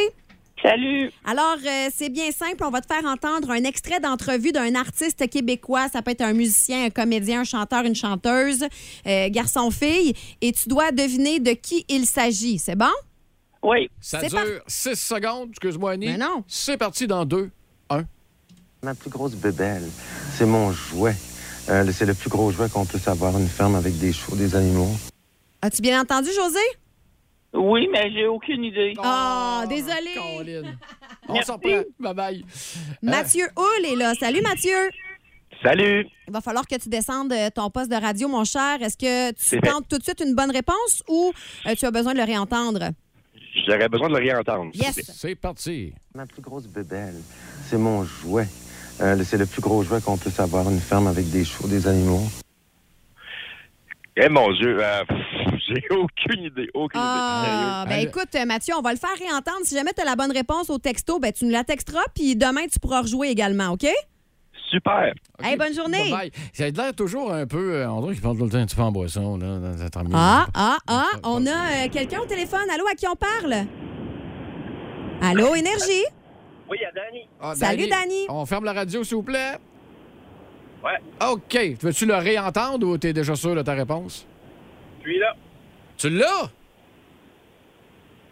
[SPEAKER 2] Salut. Alors, euh, c'est bien simple. On va te faire entendre un extrait d'entrevue d'un artiste québécois. Ça peut être un musicien, un comédien, un chanteur, une chanteuse, euh, garçon-fille. Et tu dois deviner de qui il s'agit. C'est bon?
[SPEAKER 1] Oui. Ça
[SPEAKER 2] C'est
[SPEAKER 1] dure 6 secondes. Excuse-moi, Annie.
[SPEAKER 2] Mais non.
[SPEAKER 1] C'est parti dans 2, 1.
[SPEAKER 6] Ma plus grosse bébelle, c'est mon jouet. Euh, c'est le plus gros jouet qu'on puisse avoir, une ferme avec des chevaux, des animaux.
[SPEAKER 2] As-tu bien entendu, José?
[SPEAKER 7] Oui, mais j'ai aucune idée.
[SPEAKER 2] Ah, désolé.
[SPEAKER 1] On s'en prend. Bye-bye.
[SPEAKER 2] Mathieu Hull est là. Salut, Mathieu.
[SPEAKER 12] Salut.
[SPEAKER 2] Il va falloir que tu descendes de ton poste de radio, mon cher. Est-ce que tu
[SPEAKER 12] C'est fait.
[SPEAKER 2] tentes tout de suite une bonne réponse ou euh, tu as besoin de le réentendre?
[SPEAKER 12] J'aurais besoin de le réentendre.
[SPEAKER 1] C'est parti.
[SPEAKER 6] Ma plus grosse bébelle, c'est mon jouet. Euh, c'est le plus gros jouet qu'on puisse avoir, une ferme avec des chevaux, des animaux.
[SPEAKER 12] [LAUGHS] Eh mon Dieu, euh, pff, j'ai aucune idée, aucune
[SPEAKER 2] Ah,
[SPEAKER 12] idée.
[SPEAKER 2] ben écoute, euh, Mathieu, on va le faire réentendre. Si jamais tu as la bonne réponse au texto, ben tu nous la texteras, puis demain, tu pourras rejouer également, OK?
[SPEAKER 12] Super.
[SPEAKER 2] Hey, bonne journée.
[SPEAKER 1] Bye-bye. Ça a l'air toujours un peu. euh, On dirait qu'ils prennent tout le temps un petit peu en boisson, là, dans cette ambiance.
[SPEAKER 2] Ah, ah, ah, on a euh, quelqu'un au téléphone. Allô, à qui on parle? Allô, Énergie?
[SPEAKER 7] Oui, il y a Danny.
[SPEAKER 1] Ah,
[SPEAKER 2] Salut, Danny.
[SPEAKER 1] On ferme la radio, s'il vous plaît.
[SPEAKER 7] Ouais.
[SPEAKER 1] OK. Veux-tu le réentendre ou t'es déjà sûr de ta réponse?
[SPEAKER 7] Puis là,
[SPEAKER 1] Tu l'as?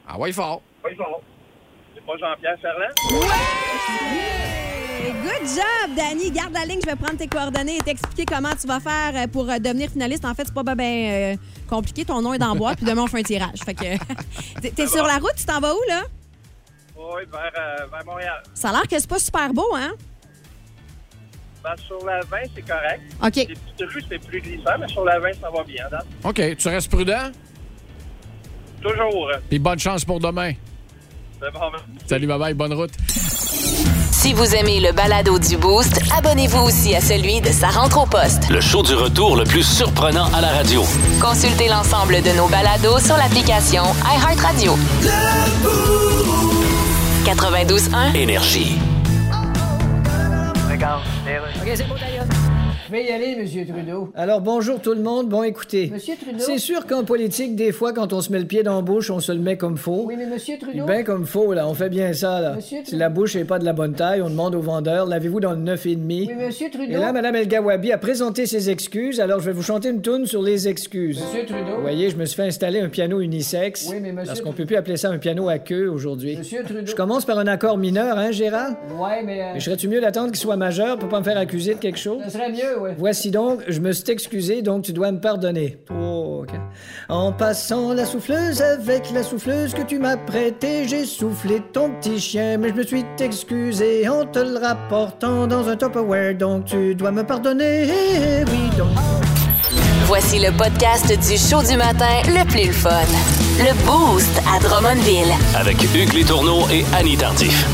[SPEAKER 1] Ah, ouais, fort.
[SPEAKER 7] oui, bon. C'est pas Jean-Pierre Ferland?
[SPEAKER 2] Hey, Good job, Danny. Garde la ligne, je vais prendre tes coordonnées et t'expliquer comment tu vas faire euh, pour euh, devenir finaliste. En fait, c'est pas ben, ben, euh, compliqué. Ton nom est dans la boîte, puis demain, on fait un tirage. Fait que [LAUGHS] t'es- t'es sur la route, tu t'en vas où, là?
[SPEAKER 7] Oui, vers, euh, vers Montréal.
[SPEAKER 2] Ça a l'air que c'est pas super beau, hein?
[SPEAKER 7] Ben, sur la 20, c'est correct.
[SPEAKER 2] OK.
[SPEAKER 7] Les petites rues, c'est plus glissant, mais sur la 20, ça va bien. hein. Dan.
[SPEAKER 1] OK. Tu restes prudent?
[SPEAKER 7] Toujours. euh,
[SPEAKER 1] Puis bonne chance pour demain.
[SPEAKER 7] C'est bon, hein. mais-
[SPEAKER 1] Salut, bye-bye. Bonne route.
[SPEAKER 3] Si vous aimez le balado du Boost, abonnez-vous aussi à celui de sa rentre au poste.
[SPEAKER 4] Le show du retour le plus surprenant à la radio.
[SPEAKER 3] Consultez l'ensemble de nos balados sur l'application iHeartRadio. 92.1.
[SPEAKER 4] Énergie.
[SPEAKER 13] OK, c'est bon, d'ailleurs.
[SPEAKER 11] pouvez y aller, Monsieur Trudeau.
[SPEAKER 6] Alors, bonjour tout le monde. Bon, écoutez.
[SPEAKER 11] Monsieur Trudeau.
[SPEAKER 6] C'est sûr qu'en politique, des fois, quand on se met le pied dans la bouche, on se le met comme faux.
[SPEAKER 11] Oui, mais Monsieur Trudeau.
[SPEAKER 6] Ben comme faux, là. On fait bien ça, là.
[SPEAKER 11] Monsieur
[SPEAKER 6] Si la bouche n'est pas de la bonne taille, on demande au vendeur, l'avez-vous dans le 9,5?
[SPEAKER 11] Oui, Monsieur Trudeau.
[SPEAKER 6] Et là, Mme El-Gawabi a présenté ses excuses, alors je vais vous chanter une toune sur les excuses.
[SPEAKER 11] Monsieur Trudeau.
[SPEAKER 6] Vous voyez, je me suis fait installer un piano unisexe.
[SPEAKER 11] Oui, mais monsieur
[SPEAKER 6] Parce qu'on
[SPEAKER 11] Trudeau.
[SPEAKER 6] peut plus appeler ça un piano à queue aujourd'hui.
[SPEAKER 11] Monsieur Trudeau.
[SPEAKER 6] Je commence par un accord mineur, hein, Gérard?
[SPEAKER 11] Ouais, mais. euh,
[SPEAKER 6] Mais serais-tu mieux d'attendre qu'il soit majeur pour pas me faire accuser de quelque chose?
[SPEAKER 11] Ce serait mieux, ouais.
[SPEAKER 6] Voici donc, je me suis excusé, donc tu dois me pardonner. Trois, quatre. En passant la souffleuse avec la souffleuse que tu m'as prêtée, j'ai soufflé ton petit chien, mais je me suis excusé en te le rapportant dans un Tupperware, donc tu dois me pardonner. Eh, eh, Oui, donc.
[SPEAKER 3] Voici le podcast du show du matin le plus le fun. Le Boost à Drummondville.
[SPEAKER 4] Avec Hugues Létourneau et Annie Tardif.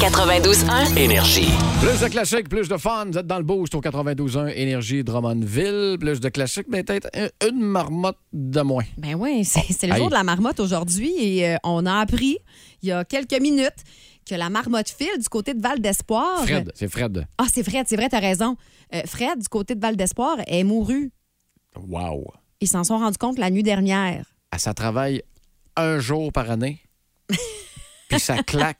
[SPEAKER 3] 92.1.
[SPEAKER 4] Énergie.
[SPEAKER 1] Plus de classiques, plus de fun. Vous êtes dans le boost au 92.1 Énergie Drummondville. Plus de classiques, mais peut-être un- une marmotte de moins.
[SPEAKER 2] Ben oui, [LAUGHS] c'est c'est le
[SPEAKER 1] Aïe.
[SPEAKER 2] jour de la marmotte aujourd'hui et euh, on a appris il y a quelques minutes que la marmotte file du côté de Val d'Espoir.
[SPEAKER 1] Fred, c'est Fred.
[SPEAKER 2] Ah, c'est Fred, c'est vrai, t'as raison. Euh, Fred, du côté de Val d'Espoir, est mouru.
[SPEAKER 1] Wow.
[SPEAKER 2] Ils s'en sont rendus compte la nuit dernière.
[SPEAKER 1] Ah, Ça travaille un jour par
[SPEAKER 2] [LAUGHS]
[SPEAKER 1] année. Puis ça claque.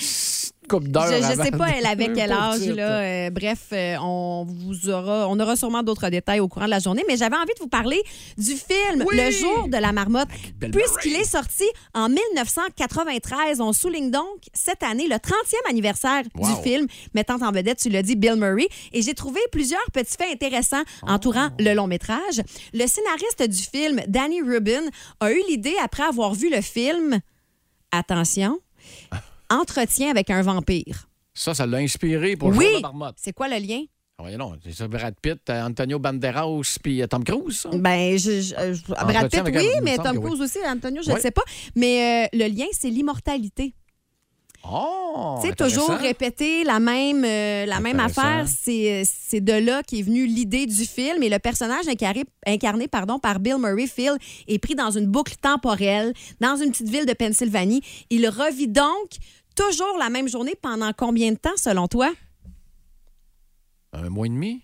[SPEAKER 1] Une Coupe d'heure.
[SPEAKER 2] Je, je
[SPEAKER 1] avant
[SPEAKER 2] sais pas,
[SPEAKER 1] de-
[SPEAKER 2] elle avait quel
[SPEAKER 1] Pauvre
[SPEAKER 2] âge,
[SPEAKER 1] petite.
[SPEAKER 2] là. Euh, bref, euh, on vous aura, on aura sûrement d'autres détails au courant de la journée, mais j'avais envie de vous parler du film
[SPEAKER 14] Oui!
[SPEAKER 2] Le jour de la marmotte,
[SPEAKER 14] Bill
[SPEAKER 2] puisqu'il
[SPEAKER 14] Murray.
[SPEAKER 2] est sorti en 1993. On souligne donc cette année le 30e anniversaire
[SPEAKER 14] Wow.
[SPEAKER 2] du film, mettant en vedette, tu l'as dit, Bill Murray. Et j'ai trouvé plusieurs petits faits intéressants
[SPEAKER 1] Oh.
[SPEAKER 2] entourant le long métrage. Le scénariste du film, Danny Rubin, a eu l'idée après avoir vu le film, attention,
[SPEAKER 1] Ah.
[SPEAKER 2] Entretien avec un vampire.
[SPEAKER 1] Ça, ça l'a inspiré pour jouer à
[SPEAKER 2] Oui.
[SPEAKER 1] la marmotte.
[SPEAKER 2] C'est quoi le lien?
[SPEAKER 1] Ah, voyons donc, c'est ça, Brad Pitt, euh, Antonio Banderas, puis euh, Tom Cruise. ça?
[SPEAKER 2] Ben, je, je- euh, je- Brad Pitt,
[SPEAKER 1] avec un-
[SPEAKER 2] oui,
[SPEAKER 1] il me
[SPEAKER 2] mais
[SPEAKER 1] semble
[SPEAKER 2] Tom
[SPEAKER 1] que oui.
[SPEAKER 2] Cruise aussi, Antonio, je ne
[SPEAKER 1] Oui.
[SPEAKER 2] sais pas. Mais euh, le lien, c'est l'immortalité.
[SPEAKER 1] Oh!
[SPEAKER 2] tu sais,
[SPEAKER 1] intéressant.
[SPEAKER 2] toujours répéter la même, euh, la même
[SPEAKER 1] Intéressant.
[SPEAKER 2] affaire. C'est euh, c'est de là qu'est venue l'idée du film. Et le personnage incarné, incarné pardon, par Bill Murray Phil est pris dans une boucle temporelle, dans une petite ville de Pennsylvanie. Il revit donc toujours la même journée pendant combien de temps, selon toi?
[SPEAKER 1] Un mois et demi?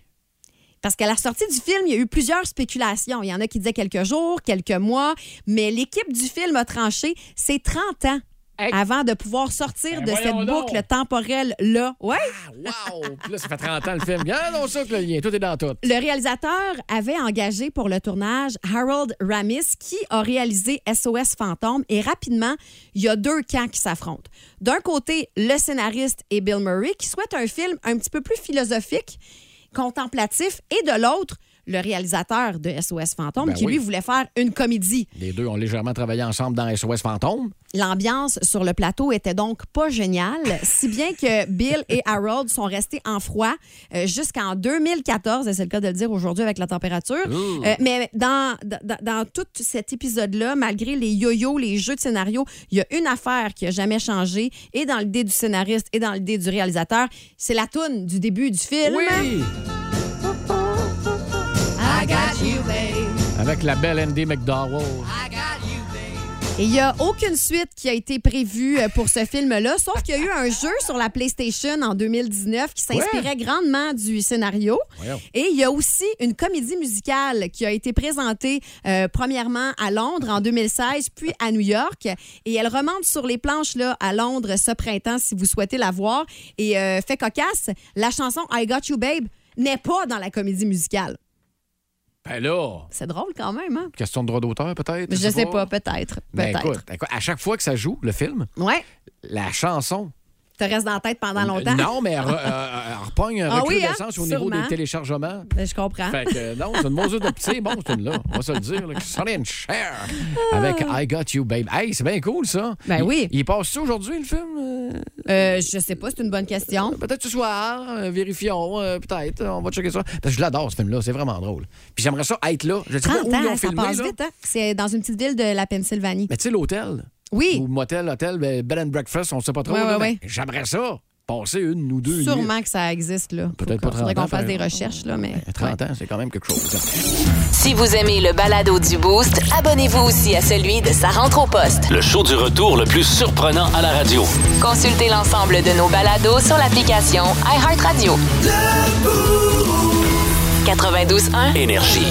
[SPEAKER 2] Parce qu'à la sortie du film, il y a eu plusieurs spéculations. Il y en a qui disaient quelques jours, quelques mois, mais l'équipe du film a tranché, c'est 30 ans avant de pouvoir sortir
[SPEAKER 1] Ben
[SPEAKER 2] de cette
[SPEAKER 1] voyons donc.
[SPEAKER 2] boucle temporelle-là. Ouais.
[SPEAKER 1] Wow! [LAUGHS] Puis là, ça fait 30 ans le film. Ah non, ça que le lien, tout est dans tout.
[SPEAKER 2] Le réalisateur avait engagé pour le tournage Harold Ramis, qui a réalisé SOS Fantôme. Et rapidement, il y a deux camps qui s'affrontent. D'un côté, le scénariste et Bill Murray, qui souhaitent un film un petit peu plus philosophique, contemplatif. Et de l'autre, le réalisateur de SOS Fantôme,
[SPEAKER 1] Ben
[SPEAKER 2] qui lui
[SPEAKER 1] oui.
[SPEAKER 2] voulait faire une comédie.
[SPEAKER 1] Les deux ont légèrement travaillé ensemble dans SOS Fantôme.
[SPEAKER 2] L'ambiance sur le plateau était donc pas géniale, si bien que Bill et Harold sont restés en froid euh, jusqu'en 2014, et c'est le cas de le dire aujourd'hui avec la température.
[SPEAKER 14] Ouh.
[SPEAKER 2] Euh, mais dans, dans, dans tout cet épisode-là, malgré les yo-yo, les jeux de scénario, il y a une affaire qui a jamais changé, et dans l'idée du scénariste et dans l'idée du réalisateur, c'est la toune du début du film.
[SPEAKER 1] Oui!
[SPEAKER 2] I got you, babe.
[SPEAKER 1] Avec la belle Andy McDowell.
[SPEAKER 2] Et il n'y a aucune suite qui a été prévue euh, pour ce film-là, sauf qu'il y a eu un jeu sur la PlayStation en 2019 qui s'inspirait grandement du scénario.
[SPEAKER 14] Voyons.
[SPEAKER 2] Et il y a aussi une comédie musicale qui a été présentée euh, premièrement à Londres en 2016, puis à New York. Et elle remonte sur les planches là, à Londres ce printemps si vous souhaitez la voir. Et euh, fait cocasse, la chanson I Got You Babe n'est pas dans la comédie musicale.
[SPEAKER 1] Ben là,
[SPEAKER 2] C'est drôle quand même, hein?
[SPEAKER 1] question de droit d'auteur peut-être?
[SPEAKER 2] Je sais pas, peut-être.
[SPEAKER 1] Ben
[SPEAKER 2] Peut-être.
[SPEAKER 1] écoute, écoute, à chaque fois que ça joue, le film,
[SPEAKER 2] Ouais.
[SPEAKER 1] la chanson. euh,
[SPEAKER 2] te reste dans la tête pendant longtemps.
[SPEAKER 1] Non, mais elle, re- euh, elle repogne un
[SPEAKER 2] Ah oui, hein?
[SPEAKER 1] recrudescence au niveau
[SPEAKER 2] Sûrement.
[SPEAKER 1] des téléchargements.
[SPEAKER 2] Ben, je comprends.
[SPEAKER 1] Fait que euh, non, c'est une mauvaise de petit, bon, c'est une là. On va se le dire. Là, Sonny and Cher avec I Got You, Babe. Hey, c'est bien cool, ça.
[SPEAKER 2] Ah. Ben
[SPEAKER 1] Il-
[SPEAKER 2] oui.
[SPEAKER 1] Il passe-tu aujourd'hui, le film?
[SPEAKER 2] Euh, je sais pas, c'est une bonne question.
[SPEAKER 1] Peut-être ce soir, euh, vérifions, euh, peut-être. On va checker ça. Parce que je l'adore, ce film-là. C'est vraiment drôle. Puis j'aimerais ça être là. Je sais pas
[SPEAKER 2] 30
[SPEAKER 1] où ils
[SPEAKER 2] ans,
[SPEAKER 1] l'ont
[SPEAKER 2] ça
[SPEAKER 1] filmé.
[SPEAKER 2] passe
[SPEAKER 1] là. Ben,
[SPEAKER 2] vite, hein? C'est dans une petite ville de la Pennsylvanie.
[SPEAKER 1] Mais tu sais, l'hôtel.
[SPEAKER 2] Oui.
[SPEAKER 1] Ou motel, hôtel, ben, bed and breakfast, on sait pas trop.
[SPEAKER 2] Ouais,
[SPEAKER 1] là,
[SPEAKER 2] ouais,
[SPEAKER 1] mais
[SPEAKER 2] ouais.
[SPEAKER 1] J'aimerais ça. passer une ou deux nuits.
[SPEAKER 2] Sûrement que ça existe, là.
[SPEAKER 1] Peut-être
[SPEAKER 2] Il
[SPEAKER 1] pas 30
[SPEAKER 2] faudrait qu'on
[SPEAKER 1] ans. Ben,
[SPEAKER 2] fasse
[SPEAKER 1] faire-
[SPEAKER 2] des recherches, là, mais.
[SPEAKER 1] 30 Euh, ans, c'est quand même quelque chose. hein.
[SPEAKER 3] Si vous aimez le balado du Boost, abonnez-vous aussi à celui de Sa rentre au poste.
[SPEAKER 4] Le show du retour le plus surprenant à la radio.
[SPEAKER 3] Consultez l'ensemble de nos balados sur l'application iHeartRadio. 92.1
[SPEAKER 4] Énergie.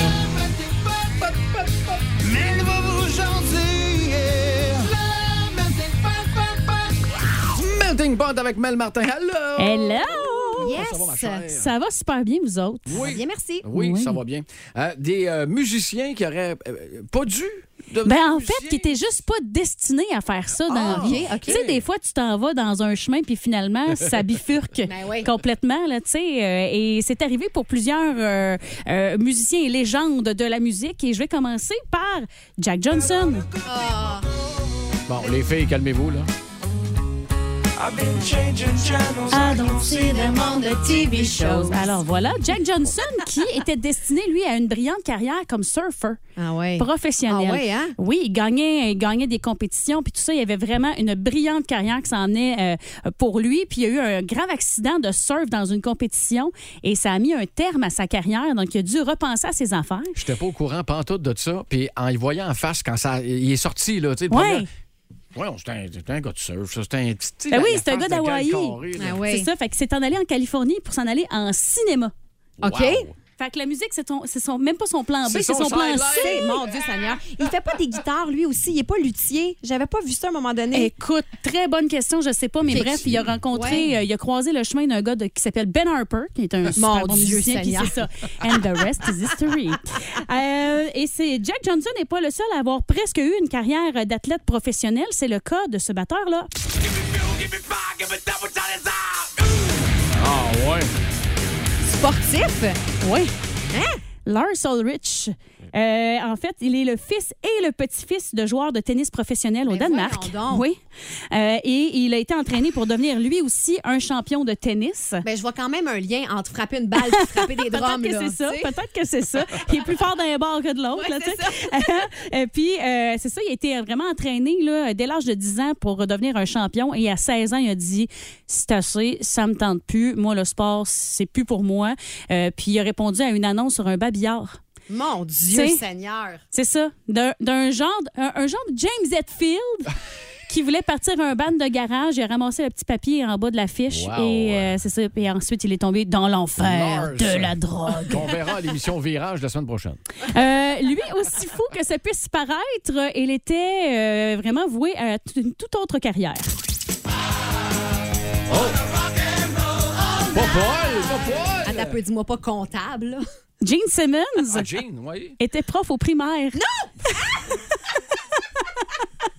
[SPEAKER 1] Melting Pot avec Mel Martin. Hello!
[SPEAKER 11] Hello!
[SPEAKER 1] Yes! Ça va, ma chère?
[SPEAKER 11] Ça va super bien, vous autres?
[SPEAKER 1] Oui. Ah,
[SPEAKER 2] Bien, merci.
[SPEAKER 1] Oui, ça va bien. Euh, des euh, musiciens qui auraient euh, pas dû.
[SPEAKER 11] Ben, en fait, qui était juste pas destiné à faire ça dans
[SPEAKER 2] Ah,
[SPEAKER 11] la vie.
[SPEAKER 1] ok, ok.
[SPEAKER 11] Tu sais, des fois, tu t'en vas dans un chemin, puis finalement, ça bifurque complètement, là, tu sais. euh, et c'est arrivé pour plusieurs euh, euh, musiciens et légendes de la musique. Et je vais commencer par Jack Johnson.
[SPEAKER 1] Bon, les filles, calmez-vous, là.
[SPEAKER 11] I don't see them on the TV shows. Alors voilà, Jack Johnson qui était destiné, lui, à une brillante carrière comme surfer. Professionnel.
[SPEAKER 2] Ah ouais, hein?
[SPEAKER 11] Oui, il gagnait, il gagnait des compétitions, puis tout ça. Il avait vraiment une brillante carrière qui s'en est euh, pour lui. Puis il y a eu un grave accident de surf dans une compétition et ça a mis un terme à sa carrière. Donc, il a dû repenser à ses affaires.
[SPEAKER 1] J'étais pas au courant pantoute de ça. Puis en y voyant en face, quand ça, il est sorti, là, tu sais, le
[SPEAKER 11] Ouais.
[SPEAKER 1] premier- Ouais, c'est un, c'est un gars de surf, ça. C'est un petit. tu sais,
[SPEAKER 11] Ben
[SPEAKER 1] la-
[SPEAKER 11] oui,
[SPEAKER 1] la
[SPEAKER 11] c'est un gars
[SPEAKER 1] face de
[SPEAKER 11] d'Hawaï. Ah
[SPEAKER 1] carré,
[SPEAKER 2] Ah
[SPEAKER 1] là.
[SPEAKER 11] C'est ça, fait que c'est en allé en Californie pour s'en aller en cinéma.
[SPEAKER 1] OK. Wow.
[SPEAKER 11] Fait que la musique, c'est ton- c'est son, même pas son plan B,
[SPEAKER 2] C'est
[SPEAKER 11] Ah ben, c'est son,
[SPEAKER 2] son
[SPEAKER 11] plan
[SPEAKER 2] sideline.
[SPEAKER 11] C.
[SPEAKER 2] Mon Dieu Seigneur. Il fait pas des guitares, lui aussi. Il est pas luthier. J'avais pas vu ça à un moment donné.
[SPEAKER 11] Écoute, très bonne question, je sais pas, mais
[SPEAKER 2] Fait
[SPEAKER 11] bref,
[SPEAKER 2] que-
[SPEAKER 11] il a rencontré,
[SPEAKER 2] Ouais.
[SPEAKER 11] euh, il a croisé le chemin d'un gars de- qui s'appelle Ben Harper, qui est un super
[SPEAKER 2] [LAUGHS] Mon
[SPEAKER 11] bon
[SPEAKER 2] Dieu
[SPEAKER 11] musicien, puis
[SPEAKER 2] Seigneur.
[SPEAKER 11] c'est ça. And the rest is
[SPEAKER 2] [LAUGHS]
[SPEAKER 11] history. Euh, et c'est Jack Johnson n'est pas le seul à avoir presque eu une carrière d'athlète professionnel. C'est le cas de ce batteur-là.
[SPEAKER 1] Ah, ouais.
[SPEAKER 11] Sportif? Oui. Lars Ulrich. Euh, en fait, il est le fils et le petit-fils de joueurs de tennis professionnels au Danemark. Oui. Euh, et il a été entraîné pour devenir lui aussi un champion de tennis.
[SPEAKER 2] Ben, je vois quand même un lien entre frapper une balle et frapper des drums.
[SPEAKER 11] Peut-être que
[SPEAKER 2] là,
[SPEAKER 11] c'est ça.
[SPEAKER 2] tu sais.
[SPEAKER 11] Peut-être que c'est ça. Il est plus fort d'un bord que de l'autre. là, tu sais. Et Puis, euh, c'est ça, il a été vraiment entraîné là, dès l'âge de 10 ans pour devenir un champion. Et à 16 ans, il a dit C'est assez, ça me tente plus. Moi, le sport, c'est plus pour moi. Euh, puis, il a répondu à une annonce sur un babillard.
[SPEAKER 2] Mon Dieu
[SPEAKER 11] Tu sais,
[SPEAKER 2] Seigneur.
[SPEAKER 11] C'est ça. D'un d'un genre, de- un, un genre de James Hetfield qui voulait partir à un ban de garage. Il a ramassé le petit papier en bas de l'affiche.
[SPEAKER 1] Wow.
[SPEAKER 11] Et euh, c'est ça. Et ensuite, il est tombé dans l'enfer
[SPEAKER 1] Lars.
[SPEAKER 11] de la drogue.
[SPEAKER 1] On verra à l'émission Virage la semaine prochaine.
[SPEAKER 11] Euh, lui, aussi fou que ça puisse paraître, euh, il était euh, vraiment voué à t- une toute autre carrière.
[SPEAKER 1] Oh. Pas Paul, pas Paul.
[SPEAKER 2] Attends un peu, dis-moi pas comptable. là.
[SPEAKER 11] Gene Simmons
[SPEAKER 1] Ah, Gene, oui.
[SPEAKER 11] était prof au primaire. Non!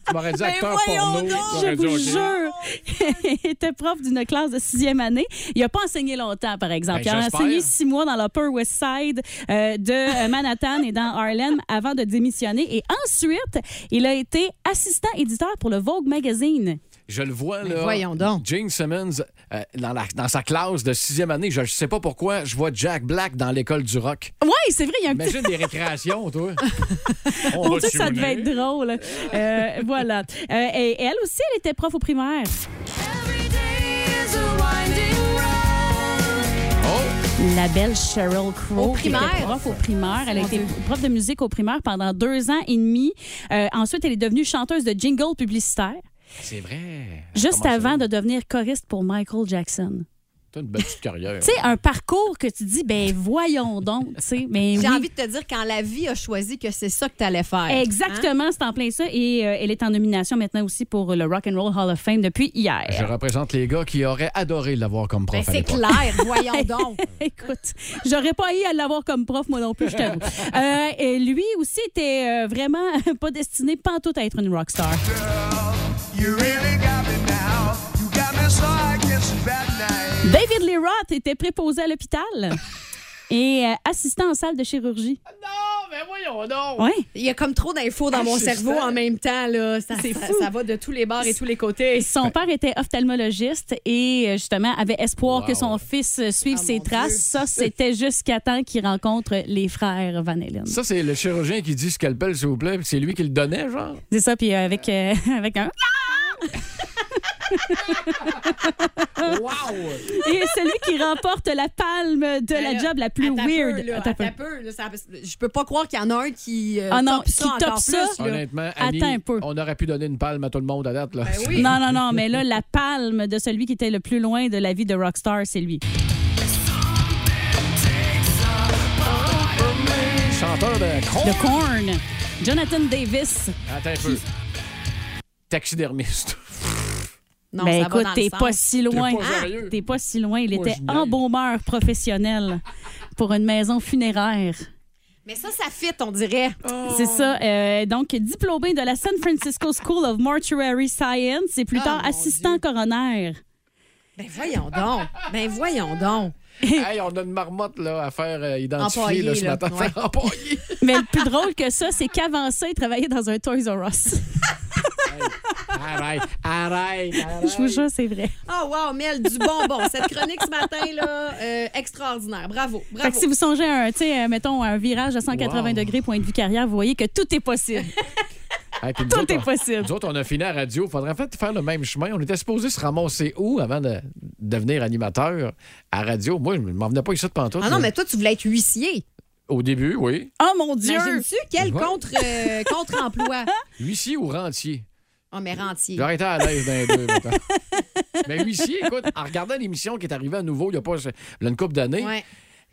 [SPEAKER 1] Tu m'aurais dit acteur porno.
[SPEAKER 11] Je
[SPEAKER 1] J'aurais dit,
[SPEAKER 11] vous
[SPEAKER 1] OK.
[SPEAKER 11] jure! [LAUGHS] il était prof d'une classe de sixième année. Il n'a pas enseigné longtemps, par exemple.
[SPEAKER 2] Ben,
[SPEAKER 11] il a
[SPEAKER 2] j'espère.
[SPEAKER 11] enseigné six mois dans l'Upper West Side euh, de euh, Manhattan et dans Harlem avant de démissionner. Et ensuite, il a été assistant éditeur pour le Vogue Magazine.
[SPEAKER 1] Je le vois, là.
[SPEAKER 11] voyons
[SPEAKER 1] donc. Gene Simmons, euh, dans, la- dans sa classe de sixième année, je ne sais pas pourquoi, je vois Jack Black dans l'école du rock.
[SPEAKER 11] Oui, c'est vrai, il y a un petit
[SPEAKER 1] Imagine des récréations,
[SPEAKER 11] [LAUGHS]
[SPEAKER 1] toi.
[SPEAKER 11] Mon
[SPEAKER 1] va
[SPEAKER 11] Dieu,
[SPEAKER 1] se
[SPEAKER 11] ça
[SPEAKER 1] unir.
[SPEAKER 11] devait être drôle. Euh, voilà. Euh, et elle aussi, elle était prof au primaire.
[SPEAKER 1] Oh!
[SPEAKER 11] La belle Cheryl Crow.
[SPEAKER 2] Au
[SPEAKER 11] qui était
[SPEAKER 2] primaire.
[SPEAKER 11] prof au primaire. Elle a
[SPEAKER 2] Mon
[SPEAKER 11] été
[SPEAKER 2] Dieu.
[SPEAKER 11] prof de musique au primaire pendant deux ans et demi. Euh, ensuite, elle est devenue chanteuse de jingle publicitaire,
[SPEAKER 1] C'est vrai.
[SPEAKER 11] juste
[SPEAKER 1] Comment ça
[SPEAKER 11] avant de devenir choriste pour Michael Jackson.
[SPEAKER 1] T'as une belle petite carrière.
[SPEAKER 11] Tu sais, un parcours que tu dis, ben voyons donc, tu sais, mais
[SPEAKER 2] J'ai
[SPEAKER 11] oui.
[SPEAKER 2] envie de te dire quand la vie a choisi que c'est ça que tu allais faire. Hein?
[SPEAKER 11] Exactement, c'est en plein ça. Et euh, elle est en nomination maintenant aussi pour le Rock and Roll Hall of Fame depuis hier.
[SPEAKER 1] Je représente les gars qui auraient adoré l'avoir comme
[SPEAKER 11] Ben,
[SPEAKER 1] prof. à l'époque.
[SPEAKER 2] Ben,
[SPEAKER 11] [LAUGHS]
[SPEAKER 2] voyons donc.
[SPEAKER 11] Écoute, j'aurais pas eu à l'avoir comme prof, moi non plus, je t'avoue. [LAUGHS] Euh, et lui aussi était euh, vraiment [LAUGHS] pas destiné pantoute à être une rockstar. David Lee Roth était préposé à [LAUGHS] l'hôpital et euh, assistant en salle de chirurgie.
[SPEAKER 1] Non, mais voyons donc.
[SPEAKER 11] Ouais.
[SPEAKER 2] Il y a comme trop d'infos dans mon
[SPEAKER 11] Assistant.
[SPEAKER 2] cerveau en même temps. Là. Ça, ça- ça va de tous les bords et tous les côtés.
[SPEAKER 11] Son père était ophtalmologiste et euh, justement avait espoir
[SPEAKER 2] Wow.
[SPEAKER 11] que son fils euh, suive ses traces. Ça, c'était jusqu'à temps qu'il rencontre les frères Van Halen.
[SPEAKER 1] Ça, c'est le chirurgien qui dit
[SPEAKER 11] [LAUGHS]
[SPEAKER 1] scalpel, s'il vous plaît, puis c'est lui qui le donnait, genre.
[SPEAKER 11] C'est ça, puis euh, avec, euh, avec un... [LAUGHS] Et celui qui remporte la palme de la
[SPEAKER 2] Ben là,
[SPEAKER 11] job la plus
[SPEAKER 2] attends un peu,
[SPEAKER 11] weird.
[SPEAKER 2] là,
[SPEAKER 11] Attends un peu.
[SPEAKER 2] attends un peu, là, ça- je peux pas croire qu'il y en a un qui euh,
[SPEAKER 11] Ah non,
[SPEAKER 2] top ça
[SPEAKER 11] qui
[SPEAKER 2] encore
[SPEAKER 11] top ça.
[SPEAKER 2] plus. là.
[SPEAKER 1] Honnêtement, Annie,
[SPEAKER 11] Attends un peu. Ben
[SPEAKER 1] on aurait pu donner une palme à tout le monde à date. Là.
[SPEAKER 2] Ben
[SPEAKER 11] Non, non, non, mais là, la palme de celui qui était le plus loin de la vie de Rockstar, c'est lui.
[SPEAKER 1] Chanteur de Korn.
[SPEAKER 11] De Korn. Jonathan Davis.
[SPEAKER 1] Attends un peu. Taxidermiste. [LAUGHS]
[SPEAKER 2] Non,
[SPEAKER 11] ben
[SPEAKER 2] ça va
[SPEAKER 11] écoute,
[SPEAKER 2] dans le
[SPEAKER 11] t'es
[SPEAKER 2] sens.
[SPEAKER 11] pas si loin. Ah,
[SPEAKER 1] T'es pas sérieux.
[SPEAKER 11] T'es pas si loin. Il
[SPEAKER 1] Moi,
[SPEAKER 11] était
[SPEAKER 1] je niaise.
[SPEAKER 11] embaumeur professionnel pour une maison funéraire.
[SPEAKER 2] Mais ça, ça fit, on dirait.
[SPEAKER 11] C'est ça. euh, donc, diplômé de la San Francisco School of Mortuary Science et plus
[SPEAKER 2] Ah,
[SPEAKER 11] tard
[SPEAKER 2] mon
[SPEAKER 11] assistant coroner.
[SPEAKER 2] Ben voyons donc. Ben voyons donc.
[SPEAKER 1] [LAUGHS] hey, on a une marmotte là, à faire euh, identifier
[SPEAKER 11] Empaillée,
[SPEAKER 1] là, ce
[SPEAKER 11] là,
[SPEAKER 1] matin. [LAUGHS]
[SPEAKER 11] ouais.
[SPEAKER 1] Faire empailler.
[SPEAKER 11] Mais le plus drôle que ça, c'est qu'avant ça, il travaillait dans un Toys R Us.
[SPEAKER 1] Arrête, arrête, arrête.
[SPEAKER 11] Je vous jure, c'est vrai.
[SPEAKER 2] Oh, wow, Mel, du bonbon. Cette chronique ce matin, là, euh, extraordinaire. Bravo, bravo.
[SPEAKER 11] Fait que si vous songez à un, tu sais, euh, mettons, un virage à 180 degrés, point de vue carrière, vous voyez que tout est possible.
[SPEAKER 1] Hey, puis nous
[SPEAKER 11] Tout
[SPEAKER 1] autres,
[SPEAKER 11] est
[SPEAKER 1] on-
[SPEAKER 11] possible.
[SPEAKER 1] Nous autres, on a fini à la radio. Faudrait en fait faire le même chemin. On était supposé se ramasser où avant de devenir animateur à radio? Moi, je m'en venais pas ici de pantoute.
[SPEAKER 2] Ah non,
[SPEAKER 1] mais-
[SPEAKER 2] mais toi, tu voulais être huissier.
[SPEAKER 1] Au début, oui.
[SPEAKER 11] Oh mon Dieu!
[SPEAKER 2] Imagines-tu quel
[SPEAKER 1] Ouais.
[SPEAKER 2] contre, [LAUGHS] euh, contre-emploi?
[SPEAKER 1] Huissier ou rentier?
[SPEAKER 2] oh, mais rentier.
[SPEAKER 1] J'aurais été à l'aise dans les deux.
[SPEAKER 2] [LAUGHS]
[SPEAKER 1] mettons. Mais huissier, écoute, en regardant l'émission qui est arrivée à nouveau il y a pas il y a une couple d'années,
[SPEAKER 2] Ouais.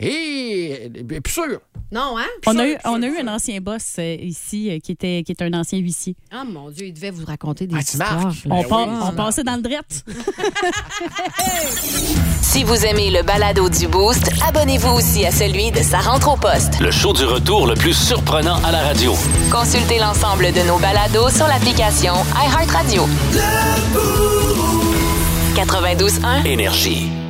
[SPEAKER 1] et, et puis sûr,
[SPEAKER 2] Non, hein?
[SPEAKER 11] On a eu, on a eu un ancien boss euh, ici euh, qui, était, qui est un ancien huissier.
[SPEAKER 2] Ah, mon Dieu, il devait vous raconter des
[SPEAKER 11] Ah, tu
[SPEAKER 2] histoires. Ben
[SPEAKER 11] marques. On, part- on passait dans le drette.
[SPEAKER 3] Si vous aimez le balado du Boost, abonnez-vous aussi à celui de sa rentre au poste.
[SPEAKER 4] Le show du retour le plus surprenant à la radio.
[SPEAKER 3] Consultez l'ensemble de nos balados sur l'application iHeartRadio. 92.1
[SPEAKER 4] Énergie.